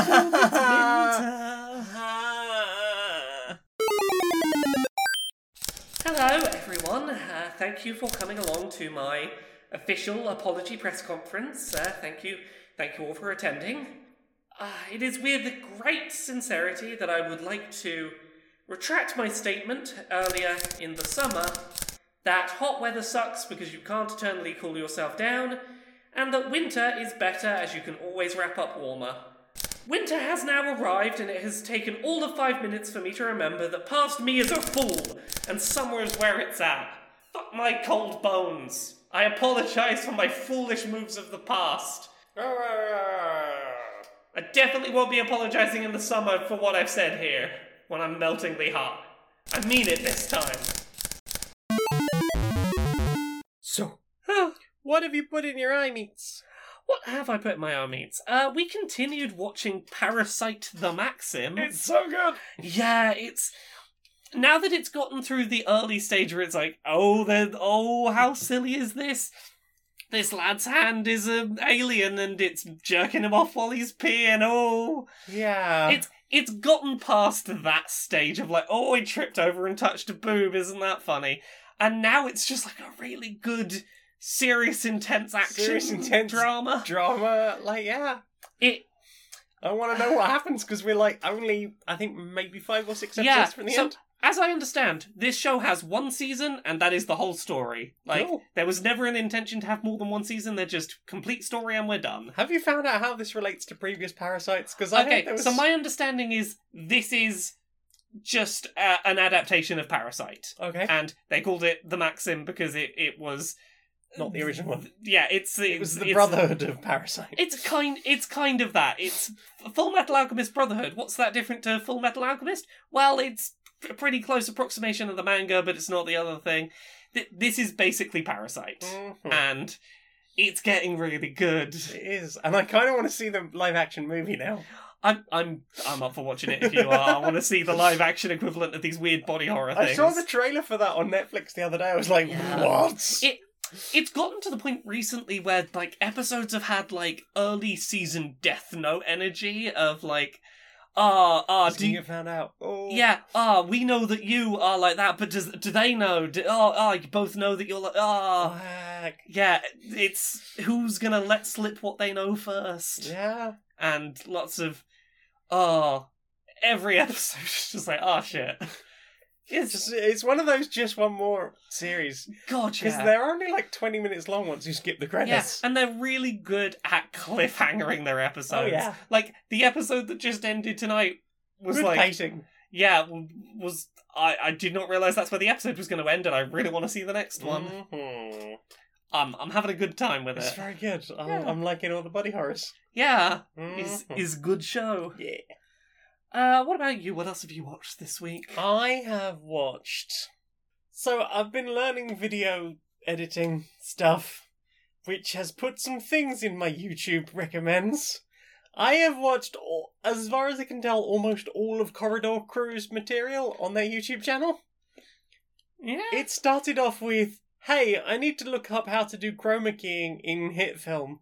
Speaker 2: it's winter. Hello, everyone. Uh, thank you for coming along to my official apology press conference. Uh, thank you. Thank you all for attending. Uh, it is with great sincerity that I would like to retract my statement earlier in the summer that hot weather sucks because you can't eternally cool yourself down, and that winter is better as you can always wrap up warmer. Winter has now arrived, and it has taken all of five minutes for me to remember that past me is a fool, and somewhere is where it's at. Fuck my cold bones. I apologize for my foolish moves of the past. I definitely won't be apologizing in the summer for what I've said here when I'm meltingly hot. I mean it this time.
Speaker 1: So,
Speaker 2: Huh,
Speaker 1: what have you put in your eye meats?
Speaker 2: what have I put in my arm meats? Uh, we continued watching Parasite the Maxim.
Speaker 1: so good.
Speaker 2: Yeah, it's. Now that it's gotten through the early stage where it's like, oh, then, oh, how silly is this? This lad's hand is an alien and it's jerking him off while he's peeing. Oh,
Speaker 1: Yeah.
Speaker 2: it's it's gotten past that stage of like, oh, I tripped over and touched a boob, isn't that funny? And now it's just like a really good, serious, intense action
Speaker 1: Serious, intense-
Speaker 2: drama.
Speaker 1: drama. Like, yeah.
Speaker 2: It
Speaker 1: I want to know what happens because we're like only, I think, maybe five or six episodes from the
Speaker 2: so
Speaker 1: end.
Speaker 2: as I understand, this show has one season, and that is the whole story. Like,
Speaker 1: Cool.
Speaker 2: there was never an intention to have more than one season. They're just complete story, and we're done.
Speaker 1: Have you found out how this relates to previous parasites? Because I heard
Speaker 2: okay,
Speaker 1: there was
Speaker 2: so my understanding is this is just uh, an adaptation of Parasite,
Speaker 1: okay,
Speaker 2: and they called it the Maxim because it it was
Speaker 1: not the original one.
Speaker 2: yeah, it's,
Speaker 1: It was the
Speaker 2: it's-
Speaker 1: Brotherhood of Parasite.
Speaker 2: It's kind it's kind of that. It's Full Metal Alchemist Brotherhood. What's that different to Full Metal Alchemist? Well, it's a pretty close approximation of the manga, but it's not the other thing. Th- this is basically Parasite,
Speaker 1: Mhm.
Speaker 2: and it's getting really good.
Speaker 1: It is, and I kind of want to see the live action movie now.
Speaker 2: I'm I'm I'm up for watching it if you are. I want to see the live action equivalent of these weird body horror things.
Speaker 1: I saw the trailer for that on Netflix the other day. I was like,
Speaker 2: Yeah.
Speaker 1: what?
Speaker 2: It- it's gotten to the point recently where like episodes have had like early season Death Note energy of like, ah ah
Speaker 1: Did
Speaker 2: do
Speaker 1: you found out? Oh.
Speaker 2: Yeah, ah, we know that you are like that, but does do they know? Do, oh, ah, you both know that you're like, ah,
Speaker 1: Whack.
Speaker 2: yeah. It's who's gonna let slip what they know first,
Speaker 1: Yeah.
Speaker 2: and lots of, ah, every episode is just like, ah, shit. It's
Speaker 1: Just, it's one of those just one more series
Speaker 2: god,
Speaker 1: because
Speaker 2: yeah.
Speaker 1: they're only like twenty minutes long once you skip the
Speaker 2: Yeah,
Speaker 1: credits.
Speaker 2: and they're really good at cliffhangering their episodes.
Speaker 1: Oh yeah,
Speaker 2: Like the episode that just ended tonight was
Speaker 1: Good
Speaker 2: like,
Speaker 1: pacing.
Speaker 2: yeah, w- was I, I did not realize that's where the episode was going to end, and I really want to see the next one.
Speaker 1: Mhm.
Speaker 2: Um, I'm having a good time with
Speaker 1: It's
Speaker 2: it.
Speaker 1: very good. I'm,
Speaker 2: Yeah.
Speaker 1: I'm liking all the body horrors.
Speaker 2: Yeah, is
Speaker 1: Mhm.
Speaker 2: is good show.
Speaker 1: yeah.
Speaker 2: Uh, what about you? What else have you watched this week?
Speaker 1: I have watched. So I've been learning video editing stuff, which has put some things in my YouTube recommends. I have watched, all, as far as I can tell, almost all of Corridor Crew's material on their YouTube channel.
Speaker 2: Yeah,
Speaker 1: It started off with, hey, I need to look up how to do chroma keying in hit film.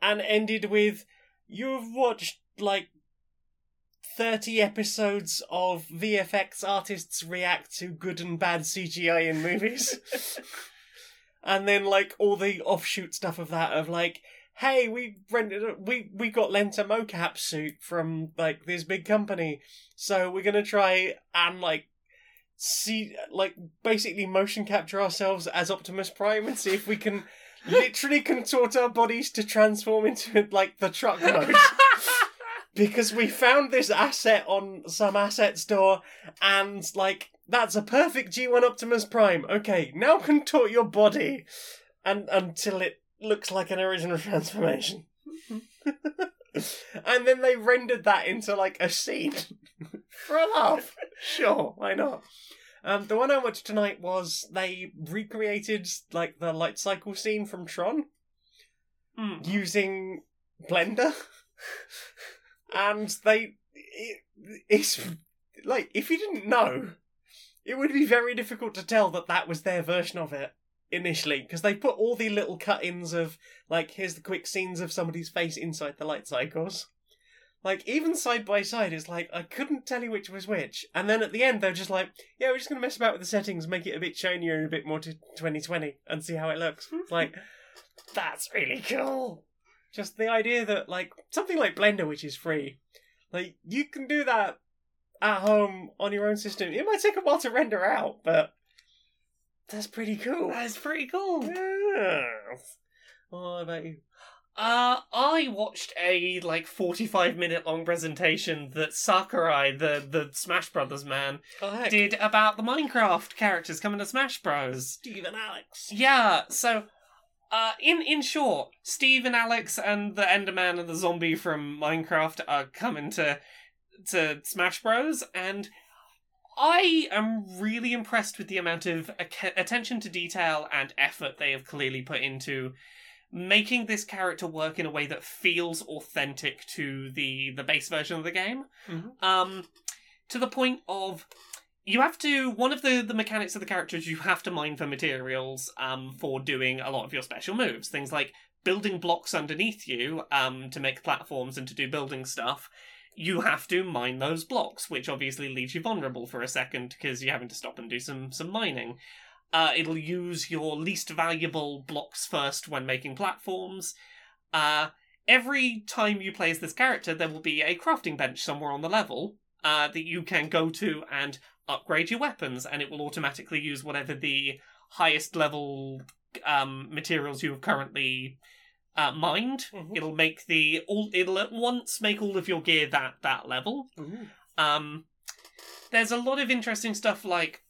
Speaker 1: And ended with, you've watched like 30 episodes of VFX artists react to good and bad CGI in movies. and then like all the offshoot stuff of that of like, hey, we rented a, we we got lent a mocap suit from like this big company. So we're going to try and like see like basically motion capture ourselves as Optimus Prime and see if we can literally contort our bodies to transform into like the truck mode because we found this asset on some asset store and like that's a perfect G1 Optimus Prime. Okay, now contort your body and until it looks like an original transformation. and then they rendered that into like a scene for a laugh. Sure, why not? Um, the one I watched tonight was they recreated like the light cycle scene from Tron
Speaker 2: Hmm.
Speaker 1: using Blender, and they it, it's like if you didn't know, it would be very difficult to tell that that was their version of it initially because they put all the little cut-ins of like here's the quick scenes of somebody's face inside the light cycles. Like even side by side, it's like I couldn't tell you which was which. And then at the end, they're just like, "Yeah, we're just gonna mess about with the settings, make it a bit shinier and a bit more to 2020, and see how it looks." It's like that's really cool. Just the idea that like something like Blender, which is free, like you can do that at home on your own system. It might take a while to render out, but that's pretty cool.
Speaker 2: that is pretty cool.
Speaker 1: Yes. What about you?
Speaker 2: Uh, I watched a like forty-five minute long presentation that Sakurai, the the Smash Brothers man,
Speaker 1: Oh heck,
Speaker 2: did about the Minecraft characters coming to Smash Bros.
Speaker 1: Steve and Alex.
Speaker 2: Yeah, so uh in in short, Steve and Alex and the Enderman and the zombie from Minecraft are coming to to Smash Bros and I am really impressed with the amount of ac- attention to detail and effort they have clearly put into making this character work in a way that feels authentic to the the base version of the game.
Speaker 1: Mhm.
Speaker 2: Um to the point of you have to one of the the mechanics of the characters you have to mine for materials um for doing a lot of your special moves things like building blocks underneath you um to make platforms and to do building stuff you have to mine those blocks which obviously leaves you vulnerable for a second because you're having to stop and do some some mining uh, it'll use your least valuable blocks first when making platforms uh, every time you play as this character there will be a crafting bench somewhere on the level uh, that you can go to and upgrade your weapons, and it will automatically use whatever the highest level um, materials you have currently uh, mined.
Speaker 1: Mhm.
Speaker 2: It'll make the all. It'll at once make all of your gear that that level.
Speaker 1: Ooh.
Speaker 2: Um, there's a lot of interesting stuff like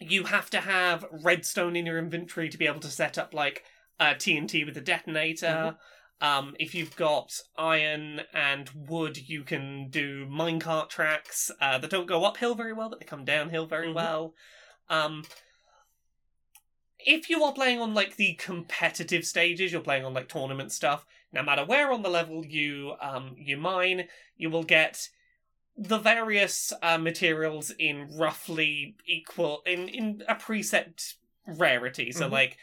Speaker 2: you have to have redstone in your inventory to be able to set up like uh, TNT with a detonator. Um, if you've got iron and wood, you can do minecart tracks uh, that don't go uphill very well, but they come downhill very
Speaker 1: Mhm.
Speaker 2: well. Um, if you are playing on like the competitive stages, you're playing on like tournament stuff. No matter where on the level you um, you mine, you will get the various uh, materials in roughly equal in in a preset rarity. So
Speaker 1: Mhm.
Speaker 2: like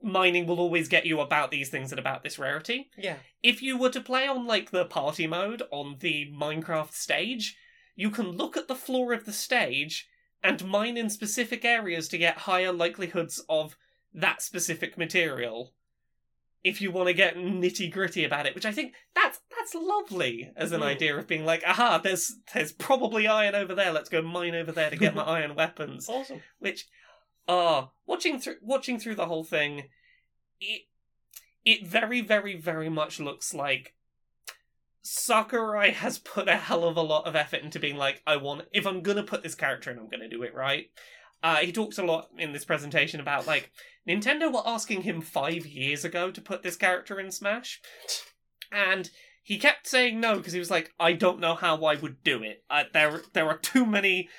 Speaker 2: mining will always get you about these things and about this rarity.
Speaker 1: Yeah.
Speaker 2: If you were to play on like the party mode on the Minecraft stage, you can look at the floor of the stage and mine in specific areas to get higher likelihoods of that specific material. If you want to get nitty gritty about it, which I think that's that's lovely as an
Speaker 1: Mm.
Speaker 2: idea of being like, aha, there's there's probably iron over there. Let's go mine over there to get my iron weapons
Speaker 1: Awesome.
Speaker 2: which ah watching through watching through the whole thing it it very very very much looks like Sakurai has put a hell of a lot of effort into being like I want if I'm going to put this character in I'm going to do it right uh, he talks a lot in this presentation about like Nintendo were asking him 5 years ago to put this character in Smash and he kept saying no because he was like I don't know how I would do it uh, there there are too many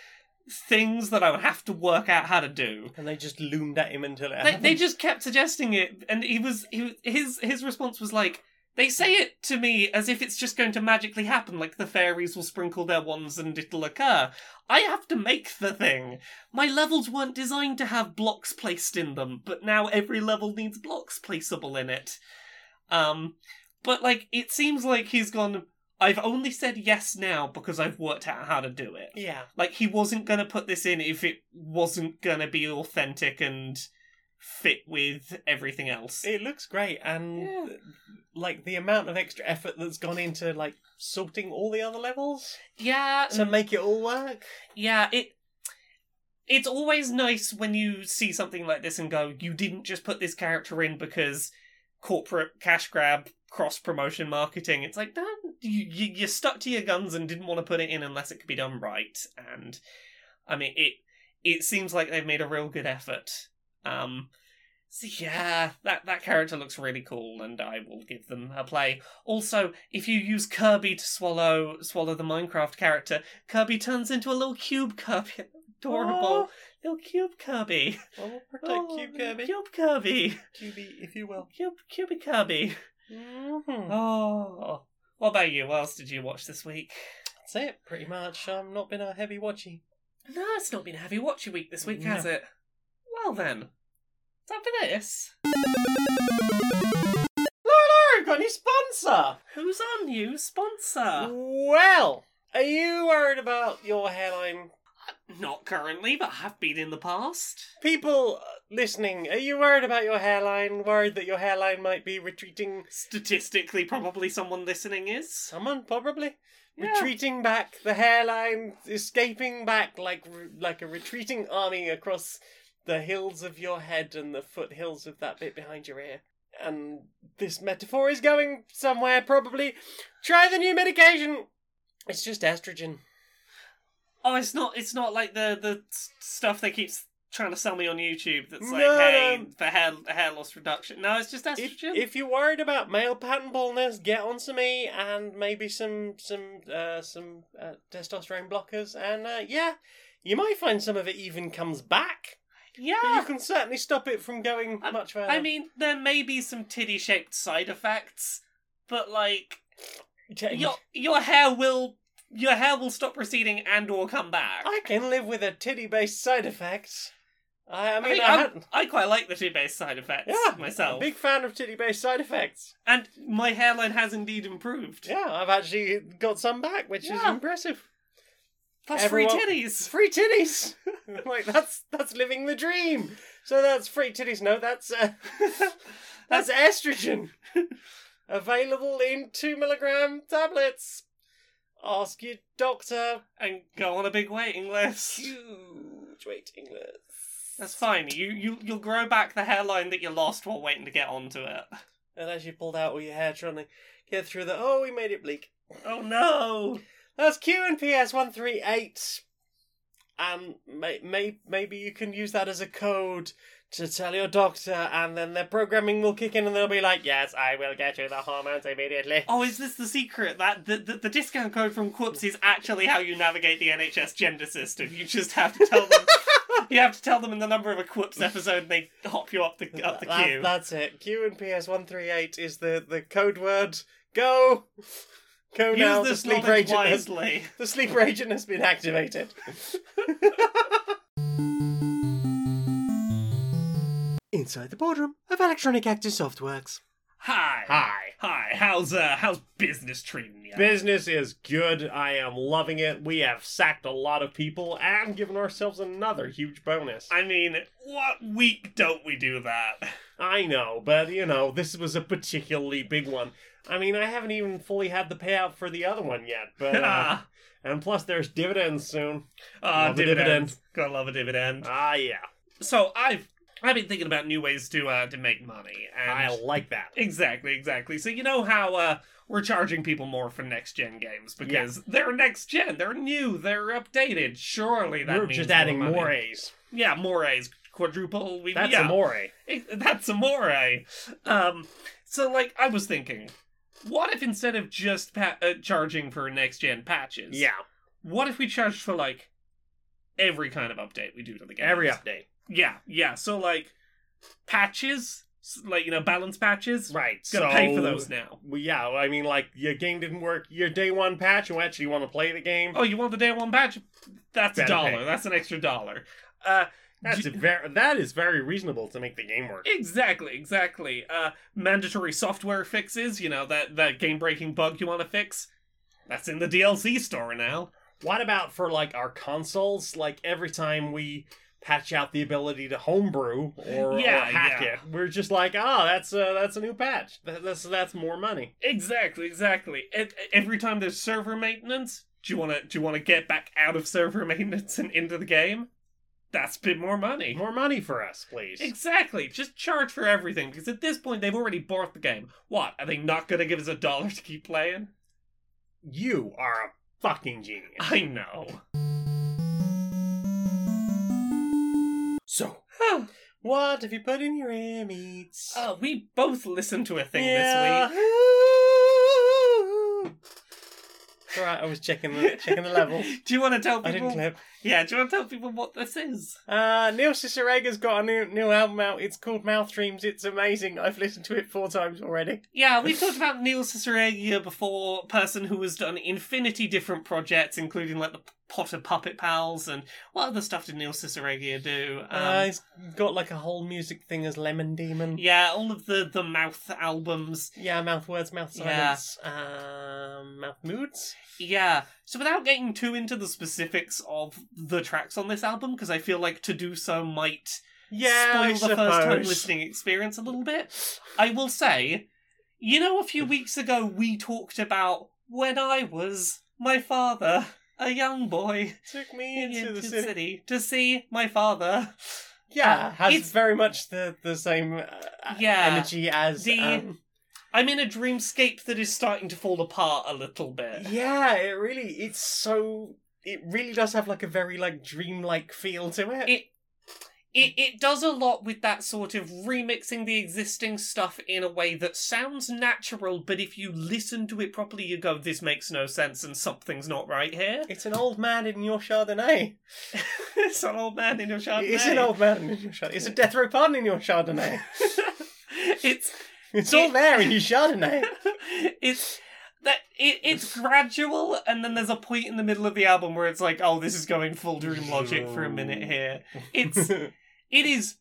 Speaker 2: things that I would have to work out how to do.
Speaker 1: And they just loomed at him until it
Speaker 2: They,
Speaker 1: happened.
Speaker 2: they just kept suggesting it, and he was he, his his response was like, "They say it to me as if it's just going to magically happen, like the fairies will sprinkle their wands and it'll occur. I have to make the thing. My levels weren't designed to have blocks placed in them, but now every level needs blocks placeable in it. Um, but like it seems like he's gone. I've only said yes now because I've worked out how to do it.
Speaker 1: Yeah.
Speaker 2: Like he wasn't gonna put this in if it wasn't gonna be authentic and fit with everything else.
Speaker 1: It looks great, and
Speaker 2: Yeah.
Speaker 1: like the amount of extra effort that's gone into like sorting all the other levels
Speaker 2: Yeah,
Speaker 1: to make it all work.
Speaker 2: yeah. It it's always nice when you see something like this and go, you didn't just put this character in because corporate cash grab, cross promotion marketing. It's like no, you you you stuck to your guns and didn't want to put it in unless it could be done right. And I mean it it seems like they've made a real good effort. Um, so yeah, that that character looks really cool, and I will give them a play. Also, if you use Kirby to swallow swallow the Minecraft character, Kirby turns into a little cube Kirby. Adorable little cube Kirby.
Speaker 1: Oh, I will protect
Speaker 2: Oh,
Speaker 1: you, Kirby.
Speaker 2: Cube Kirby.
Speaker 1: Kirby, if you will.
Speaker 2: Cube Cube Kirby.
Speaker 1: Mm-hmm.
Speaker 2: Oh. What about you? What else did you watch this week?
Speaker 1: That's it, pretty much. I've not been a heavy watchy.
Speaker 2: No, it's not been a heavy watchy week this week, has
Speaker 1: No.
Speaker 2: it? Well then, is that for this?
Speaker 1: No, no, we've got a new sponsor.
Speaker 2: Who's our new sponsor?
Speaker 1: Ah. Well, are you worried about your hairline?
Speaker 2: Not currently, but have been in the past.
Speaker 1: People uh, listening, are you worried about your hairline? Worried that your hairline might be retreating?
Speaker 2: Statistically, probably someone listening is.
Speaker 1: Someone probably
Speaker 2: Yeah.
Speaker 1: retreating back, the hairline escaping back like re- like a retreating army across the hills of your head and the foothills of that bit behind your ear. And this metaphor is going somewhere probably. Try the new medication. It's just estrogen.
Speaker 2: Oh, it's not. It's not like the the s- stuff they keep s- trying to sell me on YouTube. That's like,
Speaker 1: No,
Speaker 2: hey,
Speaker 1: no.
Speaker 2: for hair hair loss reduction. No, it's just
Speaker 1: If,
Speaker 2: estrogen.
Speaker 1: if you're worried about male pattern baldness, get on to me and maybe some some uh, some uh, testosterone blockers, and uh, yeah, you might find some of it even comes back. But
Speaker 2: yeah.
Speaker 1: you can certainly stop it from going
Speaker 2: Ah! I-
Speaker 1: much further.
Speaker 2: I mean, there may be some titty shaped side effects, but like
Speaker 1: Jane,
Speaker 2: your your hair will your hair will stop receding and or come back.
Speaker 1: I can live with a titty-based side effect. I, I
Speaker 2: I
Speaker 1: mean,
Speaker 2: mean,
Speaker 1: I
Speaker 2: I'm-
Speaker 1: had,
Speaker 2: I quite like the titty-based side effects
Speaker 1: yeah,
Speaker 2: myself,
Speaker 1: a big fan of titty-based side effects.
Speaker 2: and my hairline has indeed improved.
Speaker 1: Yeah, I've actually got some back, which is
Speaker 2: Yeah.
Speaker 1: impressive.
Speaker 2: Plus
Speaker 1: Everyone-
Speaker 2: free titties.
Speaker 1: Free titties. like that's that's living the dream. So that's free titties. No, that's uh, that's estrogen. Available in two milligram tablets. ask your doctor.
Speaker 2: and go on a big waiting list.
Speaker 1: Huge waiting list.
Speaker 2: That's fine. You you you'll grow back the hairline that you lost while waiting to get onto it.
Speaker 1: And as you pulled out all your hair trying to get through the oh, we made it bleak.
Speaker 2: Oh no!
Speaker 1: That's Q and PS one three eight. Um, may, may, maybe you can use that as a code to tell your doctor, and then their programming will kick in, and they'll be like, "Yes, I will get you the hormones immediately."
Speaker 2: Oh, is this the secret? That the, the, the discount code from Quips is actually how you navigate the NHS gender system. You just have to tell them. you have to tell them in the number of a Quips episode, and they hop you up the up the
Speaker 1: That-
Speaker 2: queue.
Speaker 1: that's it. Q and PS one three eight is the the code word. Go, go now.
Speaker 2: Use
Speaker 1: The
Speaker 2: this
Speaker 1: sleeper
Speaker 2: knowledge
Speaker 1: agent has
Speaker 2: wisely.
Speaker 1: the sleeper agent has been activated. Inside the boardroom of Electronic Active Softworks.
Speaker 2: Hi.
Speaker 1: Hi.
Speaker 2: Hi. How's uh how's business treating you?
Speaker 1: Business is good. I am loving it. We have sacked a lot of people and given ourselves another huge bonus.
Speaker 2: I mean, what week don't we do that?
Speaker 1: I know, but you know, this was a particularly big one. I mean, I haven't even fully had the payout for the other one yet, but uh,
Speaker 2: Ah,
Speaker 1: and plus there's dividends soon.
Speaker 2: ah,
Speaker 1: love a
Speaker 2: dividends. Gotta love a dividend.
Speaker 1: Ah, yeah.
Speaker 2: So I've I've been thinking about new ways to uh to make money. And
Speaker 1: I like that.
Speaker 2: Exactly, exactly. So you know how uh, we're charging people more for next gen games because they're next gen, they're new, they're updated. Surely that
Speaker 1: We're
Speaker 2: means
Speaker 1: just adding
Speaker 2: more,
Speaker 1: more,
Speaker 2: money.
Speaker 1: A's.
Speaker 2: Yeah, more A's, quadruple. We,
Speaker 1: That's
Speaker 2: yeah,
Speaker 1: a more A.
Speaker 2: it- That's amore. Um, so like I was thinking, what if instead of just pa- uh, charging for next gen patches,
Speaker 1: Yeah.
Speaker 2: what if we charged for like every kind of update we do to the game?
Speaker 1: Every update.
Speaker 2: yeah, yeah. So like patches, s- like you know balance patches.
Speaker 1: Right.
Speaker 2: Gonna
Speaker 1: so
Speaker 2: pay for those now.
Speaker 1: Well, yeah, I mean, like your game didn't work. Your day one patch, you actually want to play the game.
Speaker 2: Oh, you want the day one badge? That's a
Speaker 1: Better
Speaker 2: dollar.
Speaker 1: pay.
Speaker 2: That's an extra dollar. Uh,
Speaker 1: That's
Speaker 2: d-
Speaker 1: a ver- that is very reasonable to make the game work.
Speaker 2: exactly, exactly. Uh, mandatory software fixes. You know that that game breaking bug you want to fix. That's in the DLC store now.
Speaker 1: What about for like our consoles? Like every time we patch out the ability to homebrew or,
Speaker 2: Yeah,
Speaker 1: or hack
Speaker 2: yeah.
Speaker 1: it, we're just like, ah, that's a, that's a new patch. That, that's that's more money.
Speaker 2: Exactly, exactly. E- every time there's server maintenance, do you want to do you want to get back out of server maintenance and into the game? That's a bit more money.
Speaker 1: More money for us, please.
Speaker 2: Exactly. Just charge for everything because at this point they've already bought the game. What are they not going to give us a dollar to keep playing?
Speaker 1: you are a fucking genius.
Speaker 2: I know.
Speaker 1: So,
Speaker 2: Oh,
Speaker 1: what have you put in your meats?
Speaker 2: Uh, we both listened to a thing this week.
Speaker 1: It's alright, I was checking the checking the levels.
Speaker 2: do you want to tell
Speaker 1: I didn't
Speaker 2: people?
Speaker 1: clip.
Speaker 2: Yeah, do you want to tell people what this is?
Speaker 1: Uh, Neil Cicerega's got a new new album out. It's called Mouth Dreams. It's amazing. I've listened to it four times already.
Speaker 2: Yeah, we've talked about Neil Ciceregia before, person who has done infinity different projects, including like the Potter Puppet Pals and what other stuff did Neil Ciceregia do? Um,
Speaker 1: uh, he's got like a whole music thing as Lemon Demon.
Speaker 2: yeah, all of the the mouth albums.
Speaker 1: Yeah, mouth words, mouth
Speaker 2: Yeah.
Speaker 1: silence, um, mouth moods.
Speaker 2: Yeah. So without getting too into the specifics of the tracks on this album, because I feel like to do so might
Speaker 1: Yeah,
Speaker 2: spoil
Speaker 1: I
Speaker 2: the first time
Speaker 1: suppose.
Speaker 2: listening experience a little bit. I will say, you know, a few weeks ago we talked about when I was my father, a young boy,
Speaker 1: Took me into the
Speaker 2: city.
Speaker 1: city.
Speaker 2: to see my father.
Speaker 1: Yeah, has
Speaker 2: It's-
Speaker 1: very much the the same uh,
Speaker 2: Yeah.
Speaker 1: energy as
Speaker 2: The-
Speaker 1: um,
Speaker 2: I'm in a dreamscape that is starting to fall apart a little bit.
Speaker 1: yeah. It really, it's so. It really does have like a very like dreamlike feel to it.
Speaker 2: It- It, it does a lot with that sort of remixing the existing stuff in a way that sounds natural, but if you listen to it properly, you go, this makes no sense and something's not right here.
Speaker 1: It's an old man in your Chardonnay.
Speaker 2: it's an old man in your Chardonnay.
Speaker 1: It's an old man in your Chardonnay. It's a death row pardon in your Chardonnay.
Speaker 2: it's
Speaker 1: It's all
Speaker 2: It-
Speaker 1: there in your Chardonnay.
Speaker 2: it's that it, it's gradual, and then there's a point in the middle of the album where it's like, oh, this is going full Dream Logic for a minute here. It's it is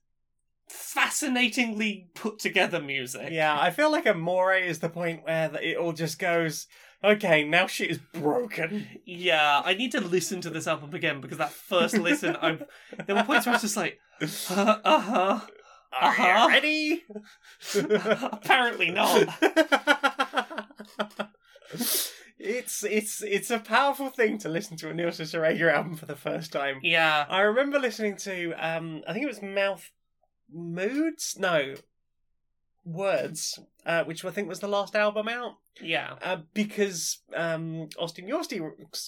Speaker 2: fascinatingly put together music.
Speaker 1: yeah, I feel like a more is the point where the- it all just goes. Okay, now shit is broken.
Speaker 2: Yeah, I need to listen to this album again because that first listen, I there were points where I was just like, uh huh,
Speaker 1: Are
Speaker 2: Uh-huh.
Speaker 1: you ready?
Speaker 2: apparently not.
Speaker 1: it It's it's it's a powerful thing to listen to a Neil Cicerega album for the first time.
Speaker 2: Yeah.
Speaker 1: I remember listening to um I think it was Mouth Moods? No. Words, uh, which I think was the last album out,
Speaker 2: Yeah.
Speaker 1: uh, because um, Austin Yorsky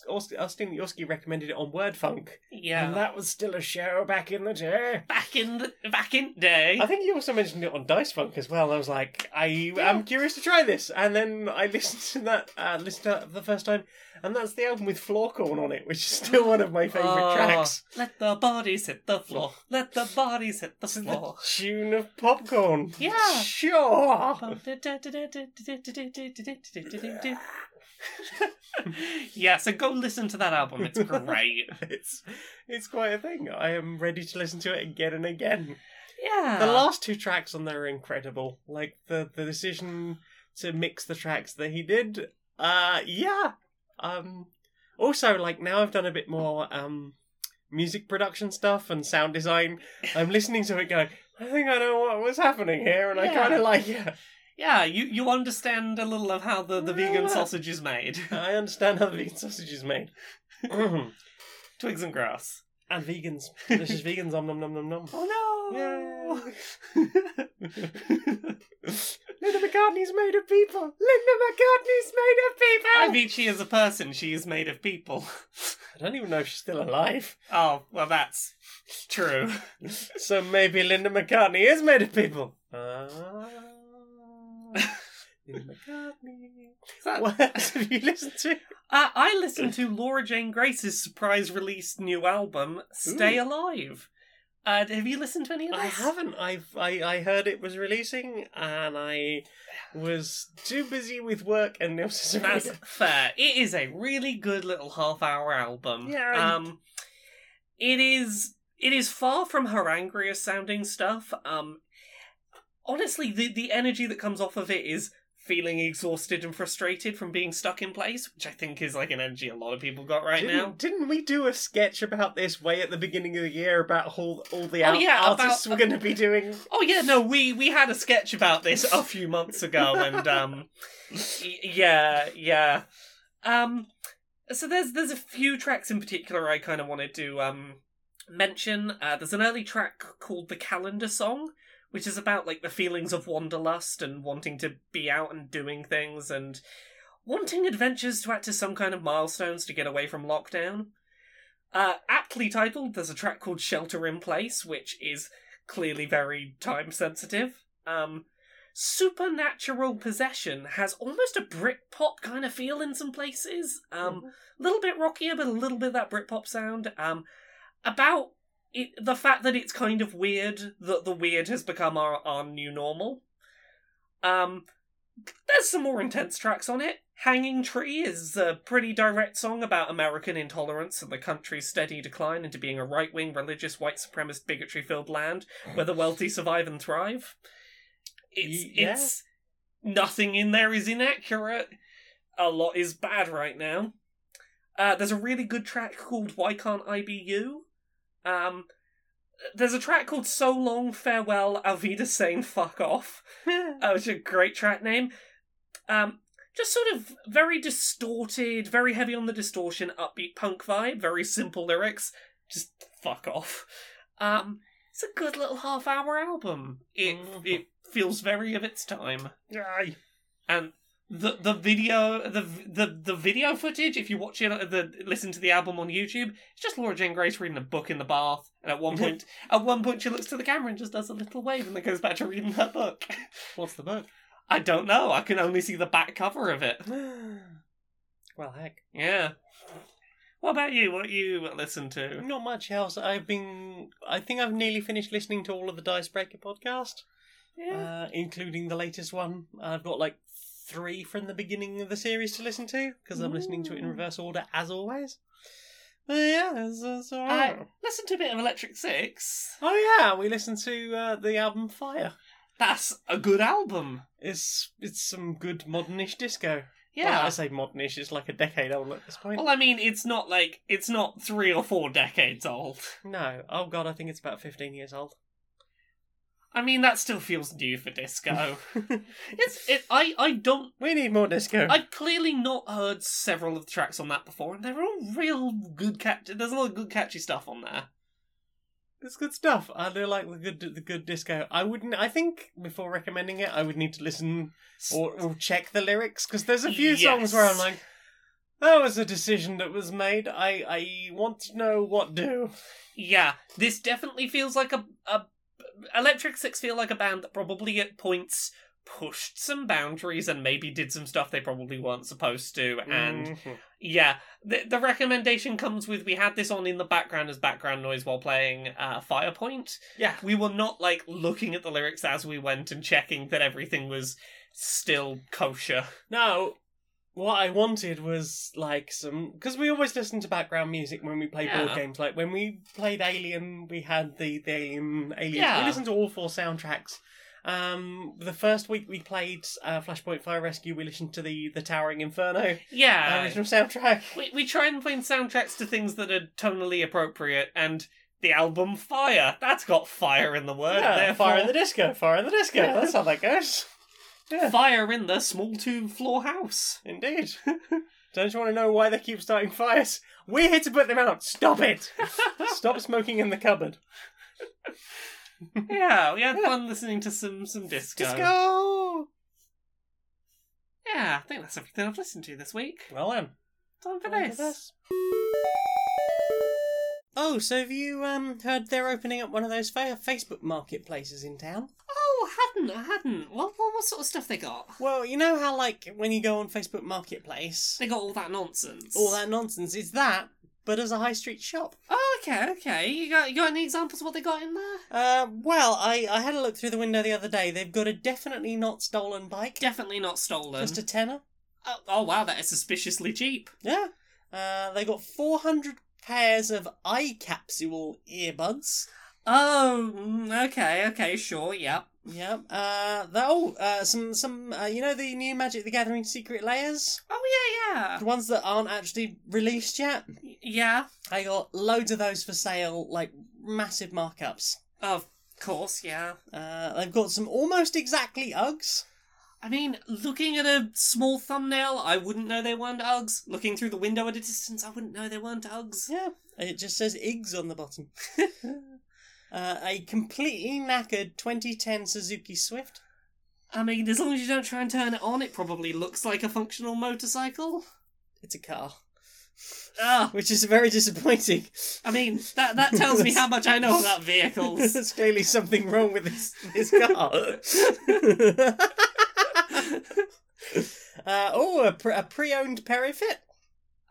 Speaker 1: Austin, Austin Yorsky recommended it on Word Funk,
Speaker 2: Yeah.
Speaker 1: and that was still a show back in the day.
Speaker 2: back in the back in day.
Speaker 1: I think you also mentioned it on Dice Funk as well. I was like, I
Speaker 2: Yeah.
Speaker 1: am curious to try this, and then I listened to that, uh, listened to that for the first time, and that's the album with Floorcorn on it, which is still one of my favourite
Speaker 2: Oh,
Speaker 1: tracks.
Speaker 2: Let the bodies hit the floor. Let the bodies hit the
Speaker 1: It's the
Speaker 2: floor.
Speaker 1: tune of popcorn.
Speaker 2: Oh. Yeah.
Speaker 1: sure.
Speaker 2: yeah, so go listen to that album. It's great.
Speaker 1: It's it's quite a thing. I am ready to listen to it again and again.
Speaker 2: Yeah.
Speaker 1: The last two tracks on there are incredible. Like the the decision to mix the tracks that he did. Uh yeah. Um also like now I've done a bit more um music production stuff and sound design. I'm listening to it going, I think I know what was happening here and I
Speaker 2: Yeah.
Speaker 1: kinda like it.
Speaker 2: yeah, you, you understand a little of how the, the vegan sausage is made.
Speaker 1: I understand how the vegan sausage is made. and
Speaker 2: Twigs and grass.
Speaker 1: vegans. Delicious vegans om nom nom nom nom.
Speaker 2: Oh
Speaker 1: Linda McCartney's made of people! Linda McCartney's made of people!
Speaker 2: I mean, she is a person. She is made of people.
Speaker 1: e- I don't even know if she's still alive.
Speaker 2: Oh, well, that's true.
Speaker 1: So maybe Linda McCartney is made of people. Ah,
Speaker 2: Uh,
Speaker 1: Linda McCartney. What else have you listened to?
Speaker 2: Uh, I listened to Laura Jane Grace's surprise release new album, Stay Alive. Uh, have you listened to any of this?
Speaker 1: I haven't. I've I, I heard it was releasing, and I was too busy with work and Neil
Speaker 2: That's
Speaker 1: Cicerega.
Speaker 2: fair. It is a really good little half-hour album.
Speaker 1: Yeah, I-
Speaker 2: Um, it is. It is far from her angriest sounding stuff. Um, honestly, the the energy that comes off of it is feeling exhausted and frustrated from being stuck in place, which I think is like an energy a lot of people got right
Speaker 1: didn't,
Speaker 2: now.
Speaker 1: Didn't we do a sketch about this way at the beginning of the year about all, all the
Speaker 2: Oh,
Speaker 1: out-
Speaker 2: yeah, about-
Speaker 1: artists we're going to be doing?
Speaker 2: Oh yeah, no, we we had a sketch about this a few months ago, and um, y- yeah, yeah, um, so there's there's a few tracks in particular I kind of wanted to um mention. Uh, there's an early track called the Calendar Song, which is about like the feelings of wanderlust and wanting to be out and doing things and wanting adventures to act as some kind of milestones to get away from lockdown. Uh, aptly titled, there's a track called Shelter in Place, which is clearly very time sensitive. Um, Supernatural Possession has almost a Britpop kind of feel in some places. Um, a little bit rockier, but a little bit of that Britpop sound. Um, about it, the fact that it's kind of weird that the weird has become our, our new normal. Um, there's some more intense tracks on it. Hanging Tree is a pretty direct song about American intolerance and the country's steady decline into being a right wing, religious, white supremacist, bigotry filled land where the wealthy survive and thrive. It's,
Speaker 1: Y- yeah.
Speaker 2: it's nothing in there is inaccurate. A lot is bad right now. Uh, there's a really good track called Why Can't I Be You? Um, there's a track called So Long Farewell Alvida Saying Fuck Off, uh, which is a great track name. Um, just sort of very distorted, very heavy on the distortion, upbeat punk vibe, very simple lyrics. Just fuck off. Um, it's a good little half hour album. It, it feels very of its time
Speaker 1: Aye.
Speaker 2: and the the video the the the video footage if you watch it the listen to the album on YouTube it's just Laura Jane Grace reading a book in the bath and at one point at one point she looks to the camera and just does a little wave and then goes back to reading her book
Speaker 1: What's the book?
Speaker 2: I don't know I can only see the back cover of it
Speaker 1: well, heck.
Speaker 2: yeah what about you what you listen to
Speaker 1: Not much else. I've been. I think I've nearly finished listening to all of the Dicebreaker podcast, uh, including the latest one. I've got like three from the beginning of the series to listen to because I'm listening to it in
Speaker 2: Ooh.
Speaker 1: reverse order as always. But yeah, that's, that's all
Speaker 2: I
Speaker 1: right.
Speaker 2: listen to a bit of Electric Six
Speaker 1: Oh yeah, we listened to uh, the album Fire.
Speaker 2: that's a good album
Speaker 1: It's it's some good modernish disco.
Speaker 2: yeah
Speaker 1: Well, I say modernish. It's like a decade old at this point.
Speaker 2: well I mean it's not like it's not three or four decades old
Speaker 1: No. Oh god, I think it's about fifteen years old.
Speaker 2: I mean, that still feels new for disco. it's it. I I don't.
Speaker 1: We need more disco.
Speaker 2: I've clearly not heard several of the tracks on that before, and they're all real good catch. There's a lot of good catchy stuff on there.
Speaker 1: It's good stuff. I do like the good the good disco. I wouldn't. I think before recommending it, I would need to listen or, or check the lyrics because there's a few
Speaker 2: Yes.
Speaker 1: songs where I'm like, that was a decision that was made. I I want to know what do.
Speaker 2: Yeah, this definitely feels like a a Electric Six feel like a band that probably at points pushed some boundaries and maybe did some stuff they probably weren't supposed to and
Speaker 1: Mhm.
Speaker 2: yeah the, the recommendation comes with we had this on in the background as background noise while playing uh, firepoint
Speaker 1: yeah,
Speaker 2: we were not like looking at the lyrics as we went and checking that everything was still kosher
Speaker 1: Now, what I wanted was like some because we always listen to background music when we play
Speaker 2: Yeah.
Speaker 1: board games. Like when we played Alien, we had the the Alien Alien.
Speaker 2: Yeah.
Speaker 1: We listened to all four soundtracks. Um, the first week we played uh, Flashpoint Fire Rescue, we listened to the the Towering Inferno
Speaker 2: yeah
Speaker 1: original soundtrack.
Speaker 2: Uh, we, we try and find soundtracks to things that are tonally appropriate and the album fire that's got fire in the word
Speaker 1: Yeah,
Speaker 2: therefore
Speaker 1: Fire in the Disco, Fire in the Disco.
Speaker 2: Yeah.
Speaker 1: That's how that goes. Yeah.
Speaker 2: fire in the small two floor house
Speaker 1: Indeed. Don't you want to know why they keep starting fires? We're here to put them out. Stop it. Stop smoking in the cupboard.
Speaker 2: yeah we had
Speaker 1: Yeah.
Speaker 2: fun listening to some some disco.
Speaker 1: Disco.
Speaker 2: yeah i think that's everything i've listened to this week
Speaker 1: Well then.
Speaker 2: time for
Speaker 1: Time
Speaker 2: this
Speaker 1: for this. Oh, so have you um heard they're opening up one of those fa- Facebook marketplaces in town?
Speaker 2: oh I hadn't i hadn't what, what what sort of stuff they got
Speaker 1: Well, you know how like when you go on Facebook Marketplace,
Speaker 2: they got all that nonsense
Speaker 1: all that nonsense is that, but as a high street shop.
Speaker 2: oh okay okay you got you got any examples of what they got in there
Speaker 1: Uh, well, I, I had a look through the window the other day. They've got a definitely not stolen bike.
Speaker 2: definitely not stolen
Speaker 1: Just a tenner.
Speaker 2: oh, oh wow that is suspiciously cheap
Speaker 1: Yeah. Uh, they got 400 pairs of eye capsule earbuds.
Speaker 2: Oh, mm, okay, okay, sure, yeah.
Speaker 1: Yep. Uh, the, oh, uh, some, some, uh, you know the new Magic the Gathering secret layers?
Speaker 2: Oh, yeah,
Speaker 1: The ones that aren't actually released yet?
Speaker 2: yeah. Yeah,
Speaker 1: I got loads of those for sale, like massive markups.
Speaker 2: of course, yeah.
Speaker 1: Uh, they've got some almost exactly Uggs.
Speaker 2: I mean, looking at a small thumbnail, I wouldn't know they weren't Uggs. Looking through the window at a distance, I wouldn't know they weren't Uggs.
Speaker 1: Yeah, it just says Iggs on the bottom. uh, a completely knackered 2010 Suzuki Swift.
Speaker 2: I mean, as long as you don't try and turn it on, it probably looks like a functional motorcycle.
Speaker 1: It's a car,
Speaker 2: Ugh.
Speaker 1: which is very disappointing.
Speaker 2: I mean, that, that tells me how much I know about vehicles.
Speaker 1: There's clearly something wrong with this this car. uh, oh, a, pre- a pre-owned Perifit.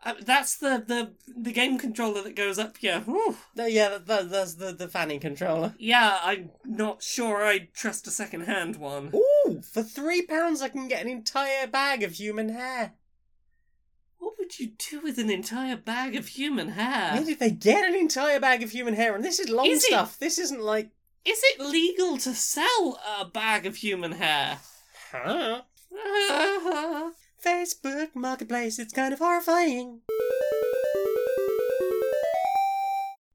Speaker 2: Uh, that's the, the, the game controller that goes up here. Whew.
Speaker 1: No, yeah, that, that, that's the the fanning controller.
Speaker 2: Yeah, I'm not sure I trust a second-hand one.
Speaker 1: Ooh, for three pounds, I can get an entire bag of human hair.
Speaker 2: What would you do with an entire bag of human hair?
Speaker 1: Where did they get an entire bag of human hair? And this is long
Speaker 2: Is it-
Speaker 1: stuff. This isn't like,
Speaker 2: Is it legal to sell a bag of human hair?
Speaker 1: huh? Facebook Marketplace, it's kind of horrifying.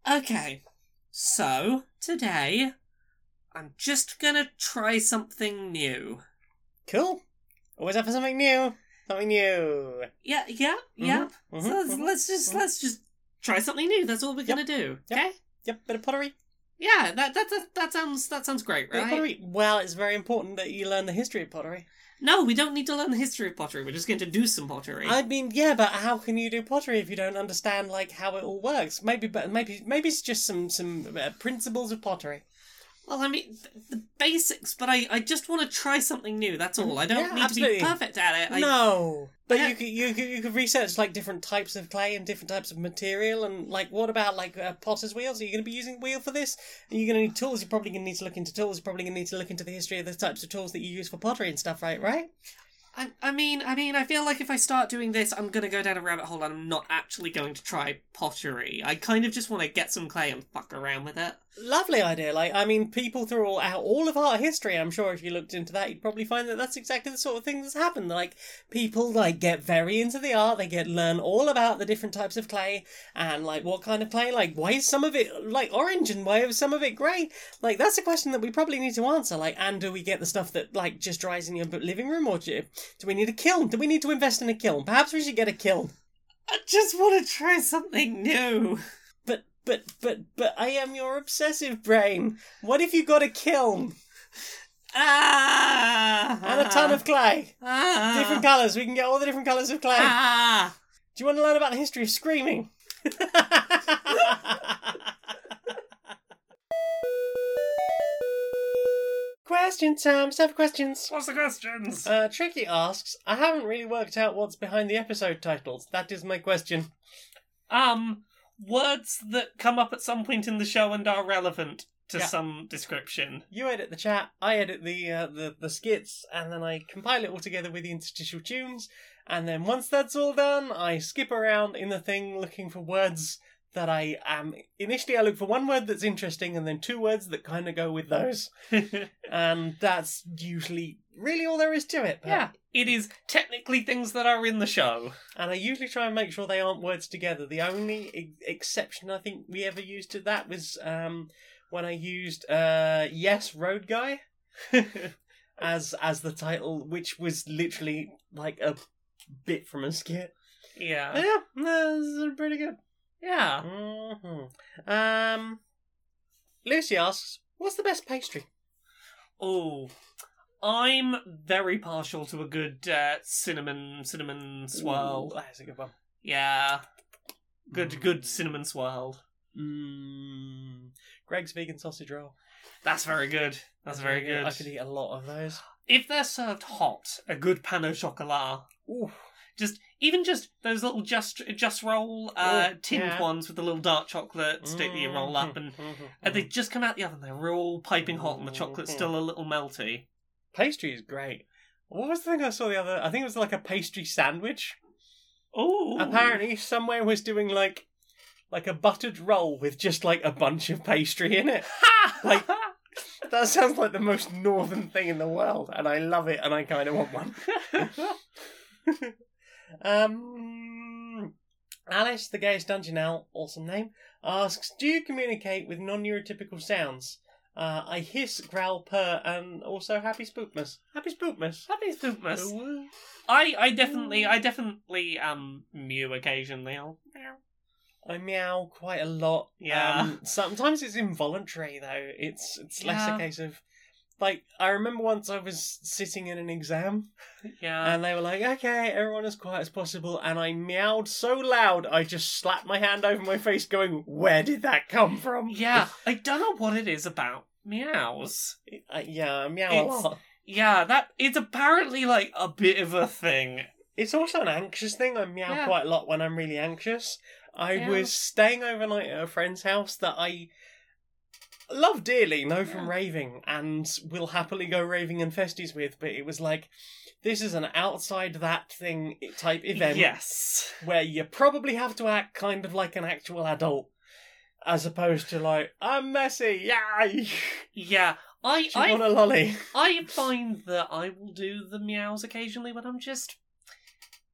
Speaker 2: okay, so today I'm just gonna try something new.
Speaker 1: Cool. Always up for something new. Something new.
Speaker 2: Yeah, yeah, yeah.
Speaker 1: Mhm,
Speaker 2: So let's,
Speaker 1: mhm.
Speaker 2: let's just
Speaker 1: mhm.
Speaker 2: let's just try something new. That's all we're gonna do.
Speaker 1: yep.
Speaker 2: Okay.
Speaker 1: Yep, bit of pottery.
Speaker 2: Yeah, that, that that that sounds that sounds great,
Speaker 1: Bit of
Speaker 2: right?
Speaker 1: pottery. Well, it's very important that you learn the history of pottery.
Speaker 2: No, we don't need to learn the history of pottery. We're just going to do some pottery.
Speaker 1: I mean, yeah, but how can you do pottery if you don't understand like how it all works? Maybe, but maybe, maybe it's just some some uh, principles of pottery.
Speaker 2: Well, I mean, th- the basics, but I, I just want to try something new. That's all. I don't
Speaker 1: Mm-hmm. Yeah,
Speaker 2: need
Speaker 1: absolutely.
Speaker 2: to be perfect at it. I,
Speaker 1: no, but
Speaker 2: Yeah.
Speaker 1: you could you could you could research like different types of clay and different types of material and like what about like uh, potter's wheels? Are you going to be using wheel for this? Are you going to need tools? You're probably going to need to look into tools. You're probably going to need to look into the history of the types of tools that you use for pottery and stuff, right? Right?
Speaker 2: I, I mean, I mean, I feel like if I start doing this, I'm gonna go down a rabbit hole, and I'm not actually going to try pottery. I kind of just want to get some clay and fuck around with it.
Speaker 1: Lovely idea. Like, I mean, people throughout all of art history, I'm sure if you looked into that, you'd probably find that that's exactly the sort of thing that's happened. Like, people, like, get very into the art. They get, learn all about the different types of clay and, like, what kind of clay. Like, why is some of it, like, orange and why is some of it grey? Like, that's a question that we probably need to answer. Like, and do we get the stuff that, like, just dries in your living room or do, do we need a kiln? Do we need to invest in a kiln? Perhaps we should get a kiln.
Speaker 2: I just want to try something new.
Speaker 1: But, but, but, but I am your obsessive brain. What if you got a kiln
Speaker 2: Ah!
Speaker 1: and a ton of clay?
Speaker 2: ah,
Speaker 1: Different colours. We can get all the different colours of clay.
Speaker 2: ah.
Speaker 1: Do you want to learn about the history of screaming? Question time. Seven questions.
Speaker 2: What's the questions?
Speaker 1: Uh, Tricky asks, I haven't really worked out what's behind the episode titles. That is my question.
Speaker 2: um, words that come up at some point in the show and are relevant to
Speaker 1: Yeah.
Speaker 2: some description.
Speaker 1: You edit the chat, I edit the, uh, the the skits, and then I compile it all together with the interstitial tunes. And then once that's all done, I skip around in the thing looking for words that I am. Initially, I look for one word that's interesting, and then two words that kind of go with those. and that's usually really all there is to it. but-
Speaker 2: yeah, it is technically things that are in the show.
Speaker 1: And I usually try and make sure they aren't words together. The only e- exception I think we ever used to that was um, when I used uh, "Yes, Road Guy" as as the title, which was literally like a bit from a skit. But
Speaker 2: yeah,
Speaker 1: yeah, that's pretty good.
Speaker 2: yeah.
Speaker 1: hmm Um, Lucy asks, "What's the best pastry?"
Speaker 2: Oh, I'm very partial to a good uh, cinnamon cinnamon swirl.
Speaker 1: Ooh, that's a good one.
Speaker 2: Yeah, good
Speaker 1: Mm.
Speaker 2: good cinnamon swirl.
Speaker 1: Mm, Greg's vegan sausage roll.
Speaker 2: That's very good. That's very good.
Speaker 1: I could e- eat a lot of those.
Speaker 2: If they're served hot, a good pan au chocolat
Speaker 1: Ooh,
Speaker 2: just even just those little just just roll uh,
Speaker 1: Oh,
Speaker 2: tinned
Speaker 1: yeah. Mm, hmm.
Speaker 2: ones with the little dark chocolate stick that you roll up and,
Speaker 1: Mm-hmm.
Speaker 2: and they just come out the oven they're all piping hot and the chocolate's still a little melty
Speaker 1: pastry is great. What was the thing I saw the other? I think it was like a pastry sandwich.
Speaker 2: oh
Speaker 1: Apparently, somewhere was doing like like a buttered roll with just like a bunch of pastry in it. like- That sounds like the most northern thing in the world, and I love it, and I kind of want one. Um, Alice, the gayest dungeon owl, awesome name, asks, "Do you communicate with non-neurotypical sounds? Uh, I hiss, growl, purr, and also happy spookmas. Happy spookmas.
Speaker 2: happy spookmas
Speaker 1: Ooh.
Speaker 2: i i definitely i definitely um mew occasionally I'll-
Speaker 1: I meow quite a lot.
Speaker 2: Yeah.
Speaker 1: Um, sometimes it's involuntary though. It's it's less
Speaker 2: Yeah.
Speaker 1: a case of like I remember once I was sitting in an exam
Speaker 2: yeah
Speaker 1: and they were like, "Okay, everyone as quiet as possible," and I meowed so loud I just slapped my hand over my face, going, "Where did that come from?"
Speaker 2: yeah i don't know what it is about meows
Speaker 1: Uh, yeah, I meow a
Speaker 2: It's-
Speaker 1: lot.
Speaker 2: yeah that it's apparently like a bit of a thing
Speaker 1: It's also an anxious thing. I meow
Speaker 2: Yeah.
Speaker 1: quite a lot when I'm really anxious. I
Speaker 2: Yeah.
Speaker 1: was staying overnight at a friend's house that I love dearly, know from
Speaker 2: Yeah.
Speaker 1: raving, and will happily go raving and festies with, but it was like, this is an outside that thing type event
Speaker 2: yes
Speaker 1: where you probably have to act kind of like an actual adult as opposed to like, I'm messy, yay!
Speaker 2: yeah I,
Speaker 1: Do you
Speaker 2: I
Speaker 1: want a lolly?
Speaker 2: I find that I will do the meows occasionally when I'm just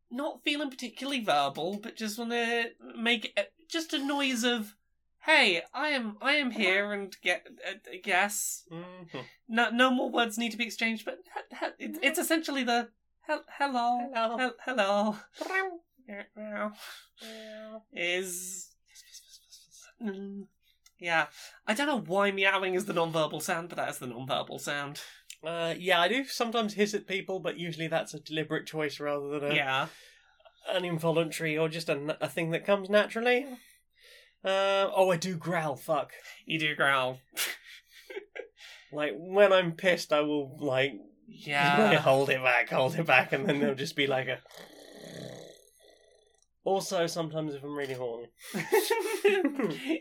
Speaker 2: not feeling particularly verbal, but just want to make a, just a noise of, "Hey, I am I am here," and get uh, yes,
Speaker 1: Mm-hmm.
Speaker 2: no no more words need to be exchanged, but he- he- it's- it's essentially the hel- hello
Speaker 1: Hello.
Speaker 2: hel- hello meow, meow, is Mm, yeah. I don't know why meowing is the non-verbal sound, but that is the non-verbal sound.
Speaker 1: Uh, yeah, I do sometimes hiss at people, but usually that's a deliberate choice rather than a,
Speaker 2: yeah.
Speaker 1: an involuntary or just a, n- a thing that comes naturally. Uh, oh, I do growl, fuck.
Speaker 2: You do growl.
Speaker 1: Like, when I'm pissed, I will, like,
Speaker 2: Yeah.
Speaker 1: hold it back, hold it back, and then there'll just be like a. Also, sometimes if I'm really horny.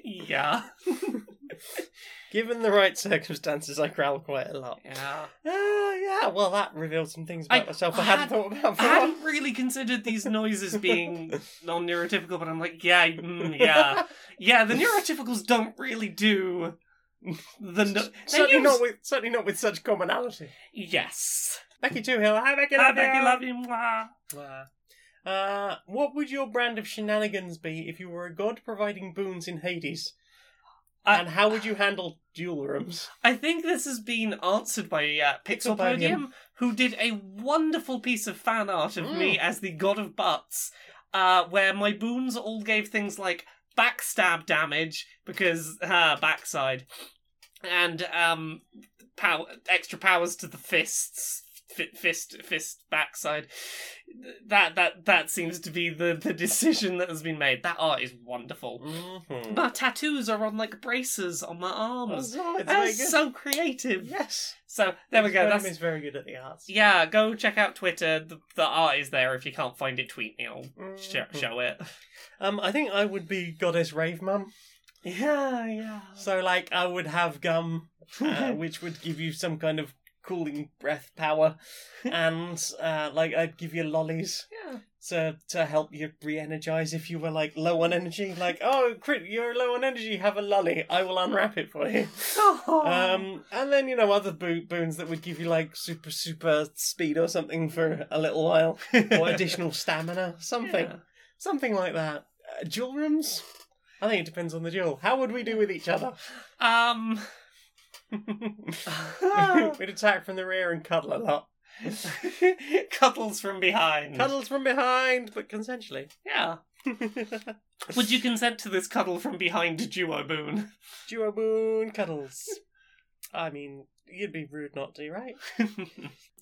Speaker 2: yeah.
Speaker 1: Given the right circumstances, I growl quite a lot.
Speaker 2: Yeah.
Speaker 1: Ah, yeah, well, that revealed some things
Speaker 2: I-
Speaker 1: about myself I,
Speaker 2: I
Speaker 1: hadn't
Speaker 2: had-
Speaker 1: thought about
Speaker 2: I
Speaker 1: for a while.
Speaker 2: hadn't really considered these noises being non uh, neurotypical, but I'm like, yeah, mm, yeah. Yeah, the neurotypicals don't really do The no- they
Speaker 1: certainly
Speaker 2: use-
Speaker 1: not with certainly not with such commonality.
Speaker 2: Yes.
Speaker 1: Becky Two Hill, hi Becky,
Speaker 2: I
Speaker 1: love
Speaker 2: bet
Speaker 1: you.
Speaker 2: you love him. mwah.
Speaker 1: Mwah. Uh, what would your brand of shenanigans be if you were a god providing boons in Hades?
Speaker 2: I-
Speaker 1: and how would you handle duel rooms?
Speaker 2: I think this has been answered by uh, Pixelpodium,
Speaker 1: Pixelpodium.
Speaker 2: who did a wonderful piece of fan art of
Speaker 1: Mm.
Speaker 2: me as the god of butts, uh, where my boons all gave things like backstab damage because uh, backside, and um, pow- extra powers to the fists. fi- Fist, fist, backside. That that that seems to be the the decision that has been made. That art is wonderful.
Speaker 1: Mm-hmm.
Speaker 2: My tattoos are on like braces on my arms.
Speaker 1: Oh, it's very
Speaker 2: That's
Speaker 1: good.
Speaker 2: so creative.
Speaker 1: yes.
Speaker 2: So there we go.
Speaker 1: Pixelpodium
Speaker 2: That's
Speaker 1: is very good at the arts.
Speaker 2: yeah. Go check out Twitter. The, the art is there. If you can't find it, tweet me. I'll sh-
Speaker 1: Mhm.
Speaker 2: show it.
Speaker 1: Um, I think I would be goddess rave mum.
Speaker 2: Yeah, yeah.
Speaker 1: So like I would have gum, uh,
Speaker 2: Um,
Speaker 1: which would give you some kind of cooling breath power, and uh, like I'd give you lollies
Speaker 2: yeah.
Speaker 1: to to help you re-energize if you were like low on energy. Like oh, crit, you're low on energy. Have a lolly. I will unwrap it for you.
Speaker 2: Oh.
Speaker 1: Um, and then you know other bo- boons that would give you like super super speed or something for a little while, or additional stamina, something
Speaker 2: Yeah.
Speaker 1: something like that. Uh, duel rooms. I think it depends on the duel. How would we do with each other?
Speaker 2: Um. Ah.
Speaker 1: We'd attack from the rear and cuddle a lot.
Speaker 2: Cuddles from behind.
Speaker 1: Cuddles from behind, but consensually.
Speaker 2: Yeah. Would you consent to this cuddle from behind duo boon?
Speaker 1: Duo moon cuddles. I mean, you'd be rude not to, right?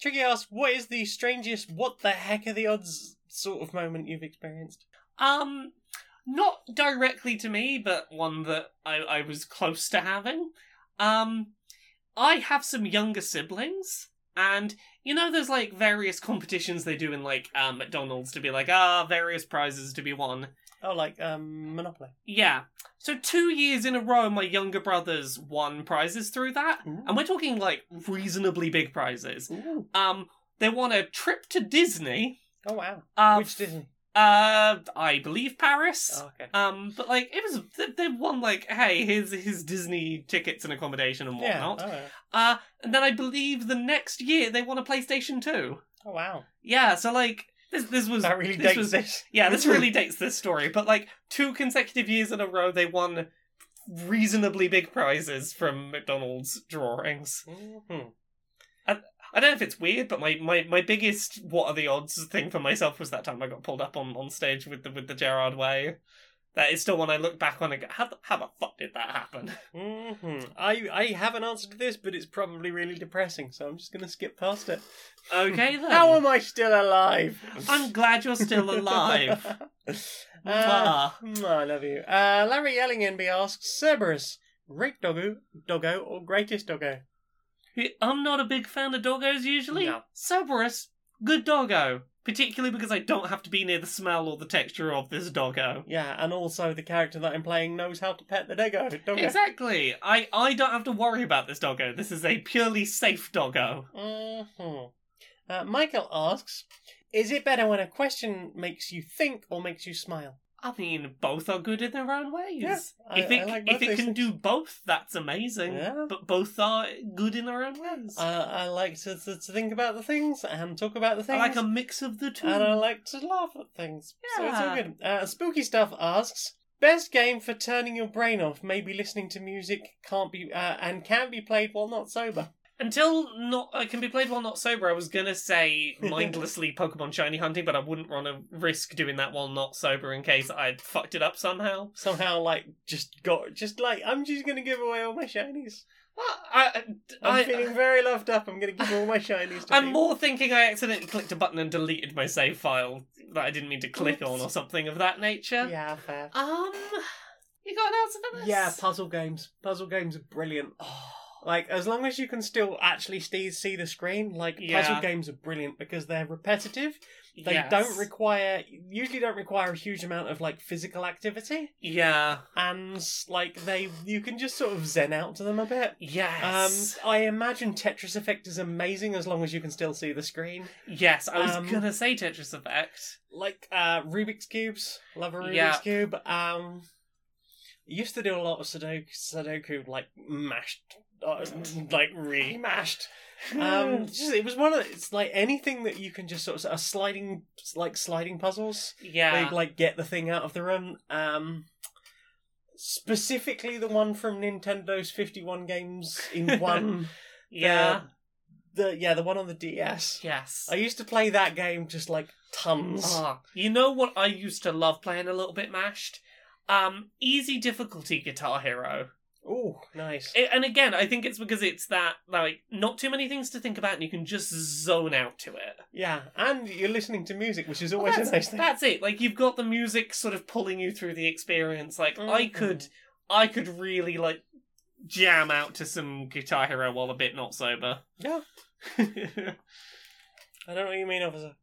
Speaker 1: Tricky asks, what is the strangest, what the heck are the odds sort of moment you've experienced?
Speaker 2: Um, not directly to me, but one that I, I was close to having. Um, I have some younger siblings, and you know, there's like various competitions they do in like uh, McDonald's to be like, ah, various prizes to be won.
Speaker 1: Oh, like, um, Monopoly.
Speaker 2: Yeah. So two years in a row, my younger brothers won prizes through that, and we're talking like reasonably big prizes.
Speaker 1: Ooh.
Speaker 2: Um, they won a trip to Disney.
Speaker 1: Oh, wow.
Speaker 2: Uh,
Speaker 1: Which Disney?
Speaker 2: uh, I believe Paris.
Speaker 1: Oh, okay.
Speaker 2: Um, but like it was they, they won like hey here's his Disney tickets and accommodation and
Speaker 1: Yeah.
Speaker 2: whatnot.
Speaker 1: alright.
Speaker 2: Uh, and then I believe the next year they won a PlayStation Two.
Speaker 1: Oh, wow.
Speaker 2: Yeah, so like this this was
Speaker 1: That really
Speaker 2: this
Speaker 1: dates
Speaker 2: was-
Speaker 1: this.
Speaker 2: yeah this really dates this story. But like two consecutive years in a row they won reasonably big prizes from McDonald's drawings.
Speaker 1: Mhm.
Speaker 2: I don't know if it's weird, but my, my, my biggest what are the odds thing for myself was that time I got pulled up on, on stage with the with the Gerard Way. That is still one I look back on and go, how the, how the fuck did that happen?
Speaker 1: hmm I I have an answer to this, but it's probably really depressing, so I'm just going to skip past it.
Speaker 2: Okay then.
Speaker 1: How am I still alive?
Speaker 2: I'm glad you're still alive.
Speaker 1: uh,
Speaker 2: Ah.
Speaker 1: mwah, I love you. Uh, Larry Ellingenby asks Cerberus, great doggo, doggo, or greatest doggo?
Speaker 2: I'm not a big fan of doggos usually.
Speaker 1: No.
Speaker 2: Cerberus, good doggo. Particularly because I don't have to be near the smell or the texture of this doggo.
Speaker 1: Yeah, and also the character that I'm playing knows how to pet the doggo. doggo.
Speaker 2: Exactly. I, I don't have to worry about this doggo. This is a purely safe doggo.
Speaker 1: Mhm. Uh, Michael asks, is it better when a question makes you think or makes you smile?
Speaker 2: I mean, both are good in their own ways.
Speaker 1: Yeah, I-
Speaker 2: if it,
Speaker 1: I like
Speaker 2: if
Speaker 1: both
Speaker 2: it
Speaker 1: those
Speaker 2: can
Speaker 1: things.
Speaker 2: do both, that's amazing.
Speaker 1: Yeah.
Speaker 2: But both are good in their own ways. I,
Speaker 1: Uh, I like to, to, to think about the things and talk about the things.
Speaker 2: like a mix of the two.
Speaker 1: and I like to laugh at things. So it's all
Speaker 2: Yeah.
Speaker 1: good. Uh, Spooky Stuff asks Best game for turning your brain off, maybe listening to music, can't be uh, and can be played while not sober.
Speaker 2: Until not uh, can be played while not sober. I was gonna say mindlessly Pokemon shiny hunting, but I wouldn't want to risk doing that while not sober in case I fucked it up somehow.
Speaker 1: Somehow, like, just got, just like, I'm just gonna give away all my shinies.
Speaker 2: Well, I,
Speaker 1: I'm
Speaker 2: I,
Speaker 1: feeling very loved up. I'm gonna give all my shinies to
Speaker 2: I'm
Speaker 1: people.
Speaker 2: more thinking I accidentally clicked a button and deleted my save file that I didn't mean to click on or something of that nature.
Speaker 1: Yeah, fair.
Speaker 2: Um, you got an answer for this?
Speaker 1: Yeah, puzzle games. Puzzle games are brilliant. Like, as long as you can still actually see, see the screen, like,
Speaker 2: Yeah.
Speaker 1: puzzle games are brilliant because they're repetitive. They
Speaker 2: Yes.
Speaker 1: don't require usually don't require a huge amount of like physical activity,
Speaker 2: yeah.
Speaker 1: and like they you can just sort of zen out to them a bit. Um,
Speaker 2: Yes.
Speaker 1: I imagine Tetris Effect is amazing as long as you can still see the screen.
Speaker 2: yes, I was
Speaker 1: um,
Speaker 2: gonna say Tetris Effect.
Speaker 1: Like uh, Rubik's cubes, love a Rubik's
Speaker 2: Yeah.
Speaker 1: cube. Um, used to do a lot of Sudoku, Sudoku like mashed, uh, like really mashed.
Speaker 2: hmm.
Speaker 1: Um, just, it was one of the, it's like anything that you can just sort of a sliding like sliding puzzles.
Speaker 2: yeah.
Speaker 1: They'd like get the thing out of the room. Um, specifically the one from Nintendo's 51 games in one.
Speaker 2: yeah.
Speaker 1: The, the- yeah, the one on the DS.
Speaker 2: Yes.
Speaker 1: I used to play that game just like tons.
Speaker 2: Ah, you know what I used to love playing a little bit mashed? Um, easy difficulty Guitar Hero.
Speaker 1: Ooh, nice.
Speaker 2: I- and again, I think it's because it's that like not too many things to think about, and you can just zone out to it.
Speaker 1: yeah, and you're listening to music, which is
Speaker 2: Well,
Speaker 1: always
Speaker 2: Oh, that's,
Speaker 1: a nice thing.
Speaker 2: that's it. Like you've got the music sort of pulling you through the experience. Like I
Speaker 1: Mm-hmm.
Speaker 2: could, I could really like jam out to some Guitar Hero while a bit not sober.
Speaker 1: Yeah,
Speaker 2: I mean,
Speaker 1: I don't know what you mean, officer.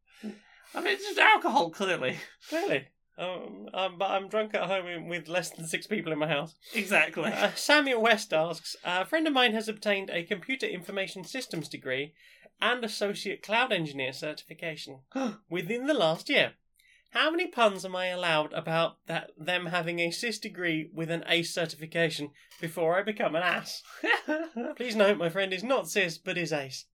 Speaker 2: it's just alcohol, clearly.
Speaker 1: Clearly. Um, um, but I'm drunk at home in- with less than six people in my house.
Speaker 2: Exactly.
Speaker 1: Uh, Samuel West asks A friend of mine has obtained a computer information systems degree and associate cloud engineer certification within the last year. How many puns am I allowed about that them having a sys degree with an ace certification before I become an ass? Please note my friend is not cis but is ace.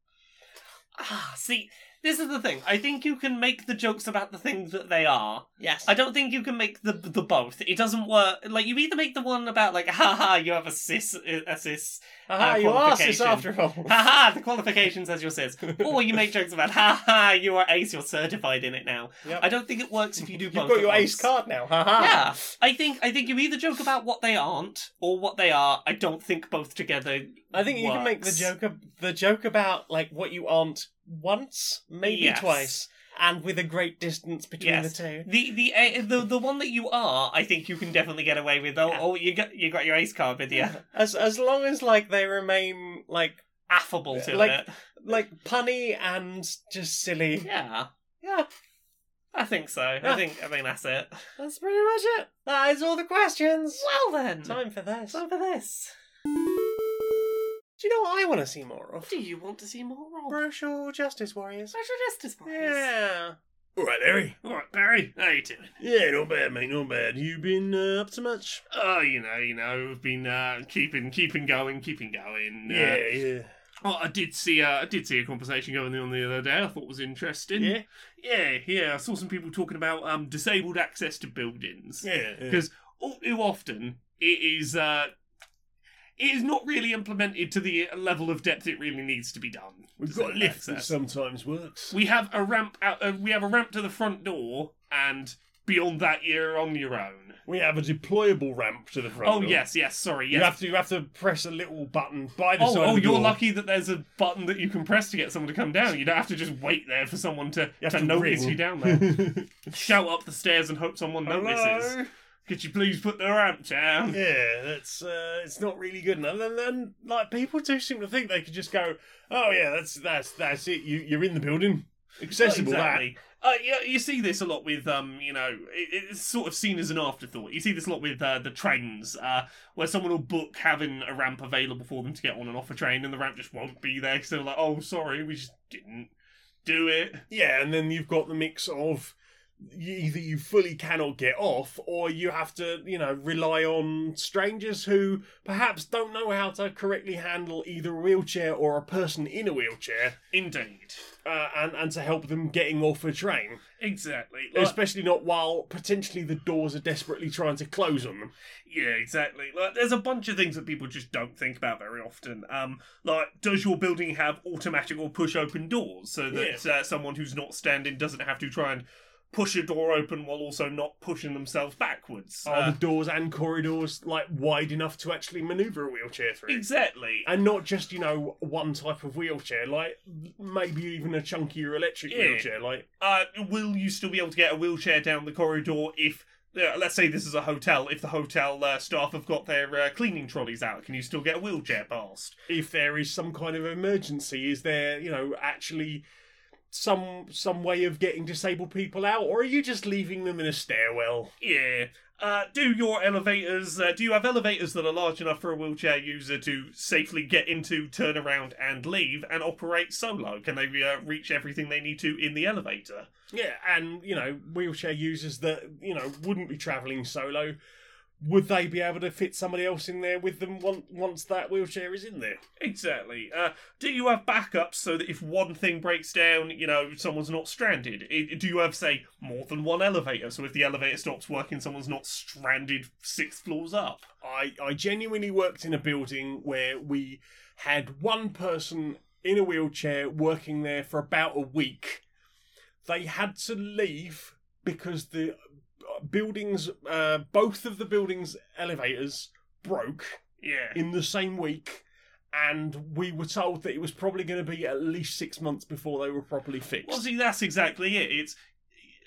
Speaker 2: Ah, see, this is the thing. I think you can make the jokes about the things that they are.
Speaker 1: Yes.
Speaker 2: I don't think you can make the the both. It doesn't work. Like you either make the one about like, haha, you have a cis, a cis,
Speaker 1: Aha,
Speaker 2: Uh,
Speaker 1: you are cis
Speaker 2: qualification.
Speaker 1: after all.
Speaker 2: haha, the qualification says you're cis, or you make jokes about, haha, you are ace, you're certified in it now.
Speaker 1: Yep.
Speaker 2: I don't think it works if you do
Speaker 1: You've
Speaker 2: both.
Speaker 1: got
Speaker 2: at
Speaker 1: your ace
Speaker 2: once.
Speaker 1: card now. Haha.
Speaker 2: Yeah, I think I think you either joke about what they aren't or what they are. I don't think both together.
Speaker 1: I think you can make the
Speaker 2: works.
Speaker 1: joke ab- the joke about like what you aren't once, maybe
Speaker 2: Yes.
Speaker 1: twice, and with a great distance between
Speaker 2: Yes.
Speaker 1: the two.
Speaker 2: The the uh, the the one that you are, I think you can definitely get away with. Oh,
Speaker 1: Yeah.
Speaker 2: oh you got you got your ace card with you.
Speaker 1: As as long as like they remain like
Speaker 2: Affable to
Speaker 1: Like-
Speaker 2: it.
Speaker 1: like punny and just silly.
Speaker 2: Yeah,
Speaker 1: Yeah,
Speaker 2: I think so. I
Speaker 1: Yeah.
Speaker 2: think I think that's it.
Speaker 1: that's pretty much it. That is all the questions.
Speaker 2: Well then,
Speaker 1: Time for this.
Speaker 2: time for this.
Speaker 1: Do you know what I want to see more of?
Speaker 2: Do you want to see more Rob?
Speaker 1: Social justice warriors.
Speaker 2: Social justice boys.
Speaker 1: Yeah.
Speaker 3: All right, Larry.
Speaker 2: All right, Barry, how you doing?
Speaker 3: Yeah, not bad, mate. Not bad. You been uh, up to much?
Speaker 2: Oh, you know, you know, I've been uh, keeping keeping going, keeping going. Uh,
Speaker 3: yeah.
Speaker 2: Well, I did see uh, I did see a conversation going on the other day. I thought was interesting.
Speaker 3: Yeah?
Speaker 2: yeah, yeah. I saw some people talking about um, disabled access to buildings.
Speaker 3: Yeah.
Speaker 2: Because- All too often, it is uh, it is not really implemented to the level of depth it really needs to be done.
Speaker 3: We've
Speaker 2: Disabled
Speaker 3: got a lift that
Speaker 2: access.
Speaker 3: sometimes works.
Speaker 2: We have a ramp out. Uh, we have a ramp to the front door, and beyond that, you're on your own.
Speaker 3: We have a deployable ramp to the front.
Speaker 2: Oh
Speaker 3: door.
Speaker 2: yes, yes. Sorry,
Speaker 3: You
Speaker 2: yes.
Speaker 3: have to you have to press a little button by the
Speaker 2: Oh,
Speaker 3: side
Speaker 2: oh
Speaker 3: of the
Speaker 2: you're
Speaker 3: door.
Speaker 2: lucky that there's a button that you can press to get someone to come down. You don't have to just wait there for someone to,
Speaker 3: You have
Speaker 2: to,
Speaker 3: to
Speaker 2: notice
Speaker 3: ring.
Speaker 2: you down there. Shout up the stairs and hope someone notices.
Speaker 3: Hello?
Speaker 2: Could you please put the ramp down?
Speaker 3: Yeah, that's uh, it's not really good enough. And then like people do seem to think they could just go, oh yeah, that's that's that's it. You you're in the building, accessible. that."
Speaker 2: Exactly. Uh, you, you see this a lot with, um, you know, it, it's sort of seen as an afterthought. You see this a lot with uh, the trains, uh, where someone will book having a ramp available for them to get on and off a train, and the ramp just won't be there because they're like, oh, sorry, we just didn't do it.
Speaker 3: Yeah, and then you've got the mix of you- either you fully cannot get off, or you have to, you know, rely on strangers who perhaps don't know how to correctly handle either a wheelchair or a person in a wheelchair,
Speaker 2: Indeed.
Speaker 3: uh, and and to help them getting off a train,
Speaker 2: Exactly. Like-
Speaker 3: especially not while potentially the doors are desperately trying to close on them.
Speaker 2: Yeah, exactly. Like, there's a bunch of things that people just don't think about very often. Um, like, does your building have automatic or push open doors so that uh, someone who's not standing doesn't have to try and push a door open while also not pushing themselves backwards?
Speaker 3: Are
Speaker 1: Oh,
Speaker 2: Uh,
Speaker 3: the doors and corridors like wide enough to actually maneuver a wheelchair through?
Speaker 2: exactly.
Speaker 3: and not just you know one type of wheelchair like maybe even a chunkier electric
Speaker 2: Yeah.
Speaker 3: wheelchair like
Speaker 2: Uh, will you still be able to get a wheelchair down the corridor if? Uh, let's say this is a hotel. If the hotel uh, staff have got their uh, cleaning trolleys out, can you still get a wheelchair past?
Speaker 3: if there is some kind of emergency is there you know actually some some way of getting disabled people out or are you just leaving them in a stairwell
Speaker 2: Yeah. Uh, do your elevators? Uh, do you have elevators that are large enough for a wheelchair user to safely get into, turn around, and leave, and operate solo? Can they uh, reach everything they need to in the elevator?
Speaker 3: yeah and you know wheelchair users that you know wouldn't be traveling solo
Speaker 1: would they be able to fit somebody else in there with them once, once that wheelchair is in there?
Speaker 4: Exactly. Uh, do you have backups so that if one thing breaks down, you know, someone's not stranded? I- Do you have, say, more than one elevator so if the elevator stops working, someone's not stranded six floors up?
Speaker 1: I, I genuinely worked in a building where we had one person in a wheelchair working there for about a week. They had to leave because the uh, buildings, uh, both of the buildings' elevators broke
Speaker 4: Yeah.
Speaker 1: in the same week, and we were told that it was probably going to be at least six months before they were properly fixed.
Speaker 4: Well, see, that's exactly it. It's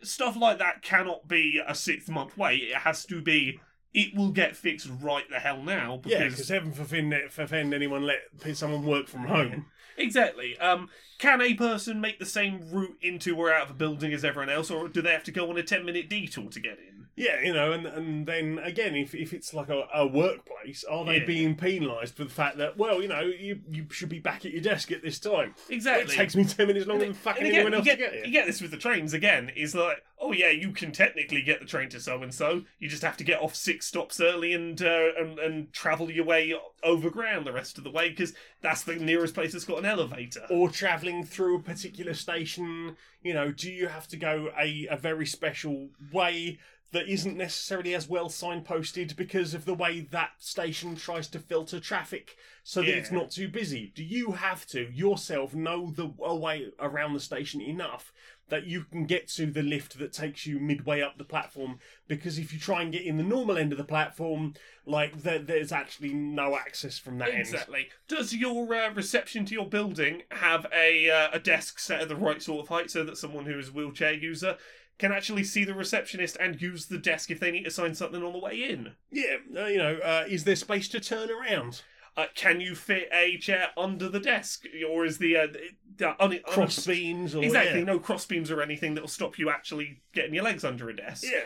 Speaker 4: stuff like that cannot be a six month wait. It has to be. It will get fixed right the hell now
Speaker 1: Yeah,
Speaker 4: because
Speaker 1: because heaven forfend, forfend anyone let someone work from home.
Speaker 4: exactly. Um, can a person make the same route into or out of a building as everyone else, or do they have to go on a ten minute detour to get in?
Speaker 1: Yeah, you know, and and then again, if if it's like a, a workplace, are they
Speaker 4: Yeah.
Speaker 1: being penalised for the fact that well, you know, you you should be back at your desk at this time?
Speaker 4: Exactly.
Speaker 1: It takes me ten minutes longer
Speaker 4: And
Speaker 1: than fucking
Speaker 4: And again,
Speaker 1: anyone
Speaker 4: you
Speaker 1: else
Speaker 4: get,
Speaker 1: to get here.
Speaker 4: you get this with the trains again. Is like, oh yeah, you can technically get the train to so and so. You just have to get off six stops early and uh, and and travel your way over ground the rest of the way because that's the nearest place that's got an elevator.
Speaker 1: or travelling through a particular station, you know, do you have to go a, a very special way that isn't necessarily as well signposted because of the way that station tries to filter traffic so that it's
Speaker 4: Yeah.
Speaker 1: not too busy? Do you have to yourself know the a way around the station enough that you can get to the lift that takes you midway up the platform? Because if you try and get in the normal end of the platform, like there, there's actually no access from that end.
Speaker 4: Exactly. Does your uh, reception to your building have a uh, a desk set at the right sort of height so that someone who is a wheelchair user can actually see the receptionist and use the desk if they need to sign something on the way in?
Speaker 1: Yeah, uh, you know, uh, is there space to turn around?
Speaker 4: Uh, can you fit a chair under the desk, or is the uh, the un- un-
Speaker 1: cross beams or
Speaker 4: Oh. exactly
Speaker 1: yeah.
Speaker 4: no crossbeams or anything that'll stop you actually getting your legs under a desk?
Speaker 1: Yeah,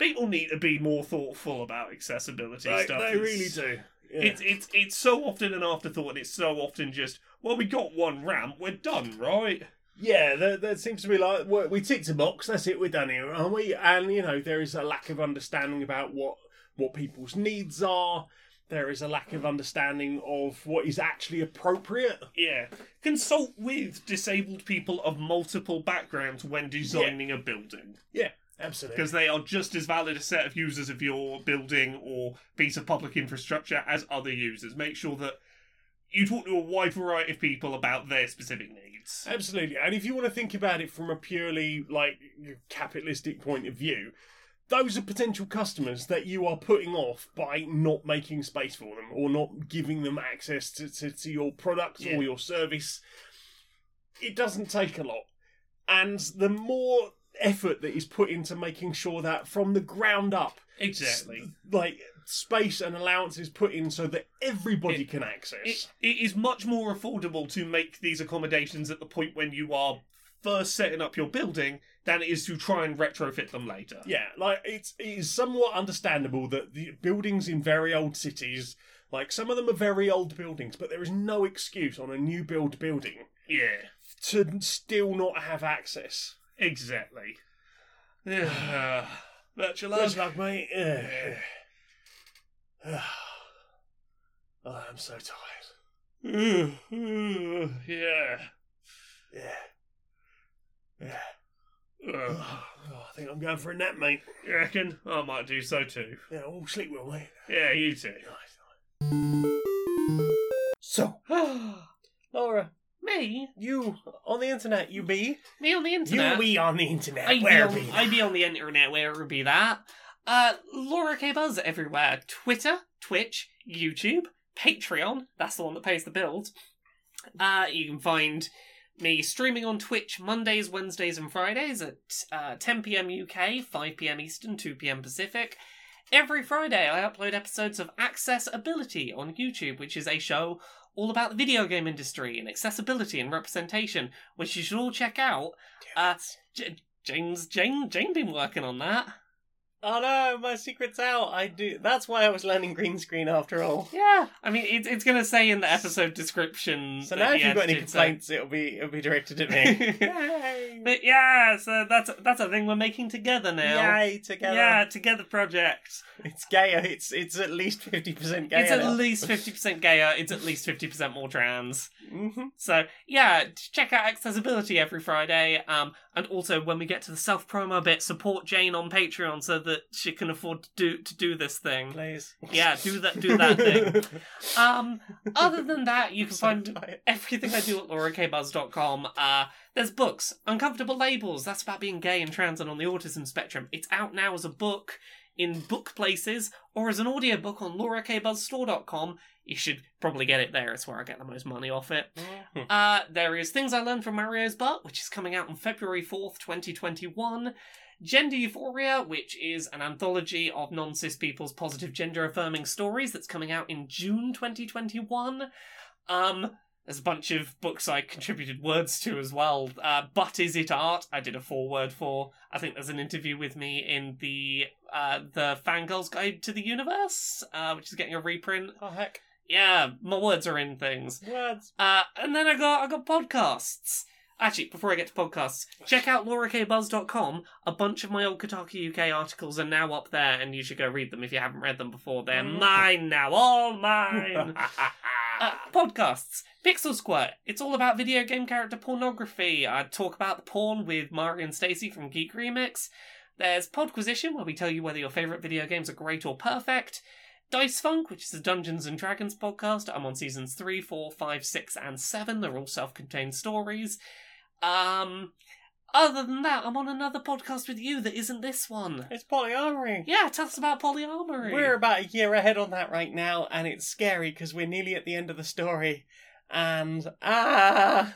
Speaker 4: People need to be more thoughtful about accessibility
Speaker 1: they,
Speaker 4: stuff.
Speaker 1: they
Speaker 4: It's-
Speaker 1: really do. Yeah.
Speaker 4: It's it's it's so often an afterthought, and it's so often just well, we got one ramp, we're done, right?
Speaker 1: yeah, there, there seems to be like we we ticked a box. That's it. We're done here, aren't we? And you know, there is a lack of understanding about what what people's needs are. There is a lack of understanding of what is actually appropriate.
Speaker 4: Yeah. Consult with disabled people of multiple backgrounds when designing a building.
Speaker 1: Absolutely.
Speaker 4: because they are just as valid a set of users of your building or piece of public infrastructure as other users. Make sure that you talk to a wide variety of people about their specific needs.
Speaker 1: Absolutely. And if you want to think about it from a purely like capitalistic point of view, those are potential customers that you are putting off by not making space for them or not giving them access to, to, to your product
Speaker 4: Yeah.
Speaker 1: or your service. It doesn't take a lot. And the more effort that is put into making sure that from the ground up, s- like space and allowances put in so that everybody
Speaker 4: It-
Speaker 1: can access.
Speaker 4: It, it is much more affordable to make these accommodations at the point when you are first setting up your building than it is to try and retrofit them later.
Speaker 1: Yeah, like it's it is somewhat understandable that the buildings in very old cities, like some of them are very old buildings, but there is no excuse on a new build building
Speaker 4: Yeah.
Speaker 1: to still not have access.
Speaker 4: Exactly. Yeah. Virtual
Speaker 1: Much luck,
Speaker 4: love.
Speaker 1: mate. Yeah. Oh, I'm so tired.
Speaker 4: yeah.
Speaker 1: Yeah. Yeah.
Speaker 4: Ugh.
Speaker 1: Oh, I think I'm going for a nap, mate.
Speaker 4: You reckon? I might do so too.
Speaker 1: Yeah, all sleep well, mate.
Speaker 4: Yeah, you too.
Speaker 1: So,
Speaker 5: Laura,
Speaker 2: Me?
Speaker 5: you on the internet, you be?
Speaker 2: Me on the internet?
Speaker 1: you we on the internet.
Speaker 2: I be,
Speaker 1: where
Speaker 2: on,
Speaker 1: be
Speaker 2: I be on the internet, where be that? Uh, Laura K Buzz everywhere. Twitter, Twitch, YouTube, Patreon. That's the one that pays the bills. Uh, you can find me streaming on Twitch Mondays, Wednesdays, and Fridays at uh, 10 p.m. UK, 5 p.m. Eastern, 2 p.m. Pacific. Every Friday, I upload episodes of Accessibility on YouTube, which is a show all about the video game industry and accessibility and representation, which you should all check out. Uh, J- Jane's Jane Jane been working on that.
Speaker 1: Oh no, my secret's out. I do. That's why I was learning green screen after all.
Speaker 2: Yeah, I mean, it's it's gonna say in the episode description.
Speaker 1: So
Speaker 2: Mm, that
Speaker 1: now,
Speaker 2: he
Speaker 1: if you've got any
Speaker 2: edited, so-
Speaker 1: complaints, it'll be it'll be directed at me. Yay!
Speaker 2: but yeah, so that's that's a thing we're making together now.
Speaker 1: Yay! Together.
Speaker 2: Yeah, together project.
Speaker 1: It's gayer. It's it's at least fifty percent gayer.
Speaker 2: it's at
Speaker 1: now.
Speaker 2: least fifty percent gayer. It's at least fifty percent more trans.
Speaker 1: Mhm.
Speaker 2: So yeah, t- check out accessibility every Friday. Um, and also when we get to the self promo bit, support Jane on Patreon so that she can afford to do to do this thing.
Speaker 1: Please.
Speaker 2: Yeah, do that do that thing. Um, other than that, you can find everything I do at laurakbuzz.com. Uh, there's books, Uncomfortable Labels, that's about being gay and trans and on the autism spectrum. It's out now as a book in book places or as an audiobook on laurakbuzzstore.com. You should probably get it there, it's where I get the most money off it. Uh, there is Things I Learned from Mario's Butt, which is coming out on February 4th, 2021. Gender Euphoria, which is an anthology of non cis people's positive gender affirming stories that's coming out in June 2021. Um, there's a bunch of books I contributed words to as well. Uh, but is it art? I did a foreword for. I think there's an interview with me in the uh, the Fangirls Guide to the Universe, uh, which is getting a reprint.
Speaker 1: Oh heck!
Speaker 2: Yeah, my words are in things.
Speaker 1: Words.
Speaker 2: Uh, and then I got I got podcasts. Actually, before I get to podcasts, check out laurakbuzz.com. A bunch of my old Kotaku UK articles are now up there, and you should go read them if you haven't read them before. They're
Speaker 1: Mm.
Speaker 2: mine now, all mine. Uh, podcasts, Pixel Squirt. It's all about video game character pornography. I talk about the porn with Mari and Stacey from Geek Remix. There's Podquisition, where we tell you whether your favourite video games are great or perfect. Dice Funk, which is the Dungeons and Dragons podcast. I'm on seasons 3, 4, 5, 6, and 7. They're all self contained stories. Um, other than that, I'm on another podcast with you that isn't this one.
Speaker 1: It's polyamory.
Speaker 2: Yeah, tell us about polyamory.
Speaker 1: We're about a year ahead on that right now, and it's scary because we're nearly at the end of the story. And ah,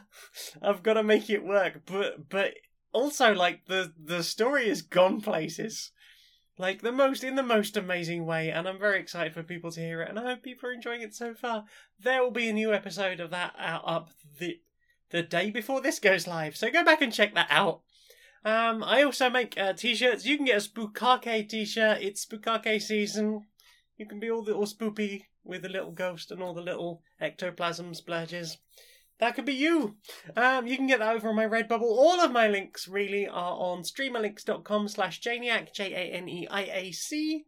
Speaker 1: I've got to make it work. But but also, like the the story has gone places, like the most in the most amazing way. And I'm very excited for people to hear it, and I hope people are enjoying it so far. There will be a new episode of that out up the the day before this goes live, so go back and check that out. Um, I also make uh, t-shirts. You can get a Spookake t-shirt. It's Spookake season. You can be all the all spoopy with the little ghost and all the little ectoplasm splurges. That could be you. Um, you can get that over on my Redbubble. All of my links really are on streamerlinks.com slash janiac, E J-A-N-E-I-A-C.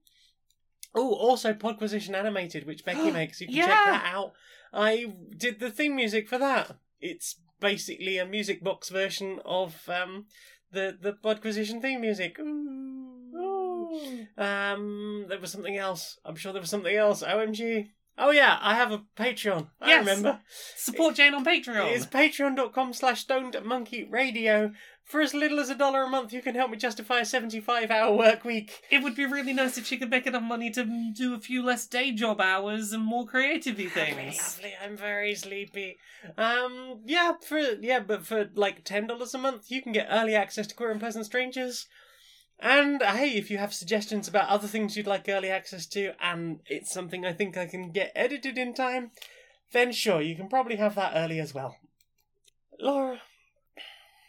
Speaker 1: Oh, also Podquisition Animated, which Becky makes. You can check
Speaker 2: Yeah.
Speaker 1: that out. I did the theme music for that. It's basically a music box version of um, the, the Podquisition theme music. Ooh. Um, there was something else. I'm sure there was something else. OMG. Oh yeah, I have a Patreon. I
Speaker 2: Yes.
Speaker 1: remember.
Speaker 2: Support Jane on Patreon.
Speaker 1: It's patreon.com slash stoned monkey radio. For as little as a dollar a month, you can help me justify a 75 hour work week.
Speaker 2: It would be really nice if she could make enough money to do a few less day job hours and more creatively
Speaker 1: Lovely,
Speaker 2: things.
Speaker 1: lovely. I'm very sleepy. Um, yeah, for yeah, but for like ten dollars a month, you can get early access to Queer and Pleasant Strangers. And uh, hey, if you have suggestions about other things you'd like early access to, and it's something I think I can get edited in time, then sure, you can probably have that early as well. Laura,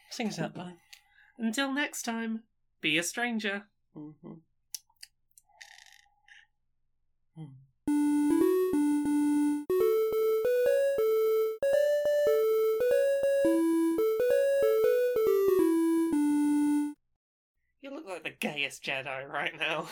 Speaker 1: sing us out, darling.
Speaker 2: Until next time, be a stranger.
Speaker 1: Mhm.
Speaker 2: You look like the gayest Jedi right now.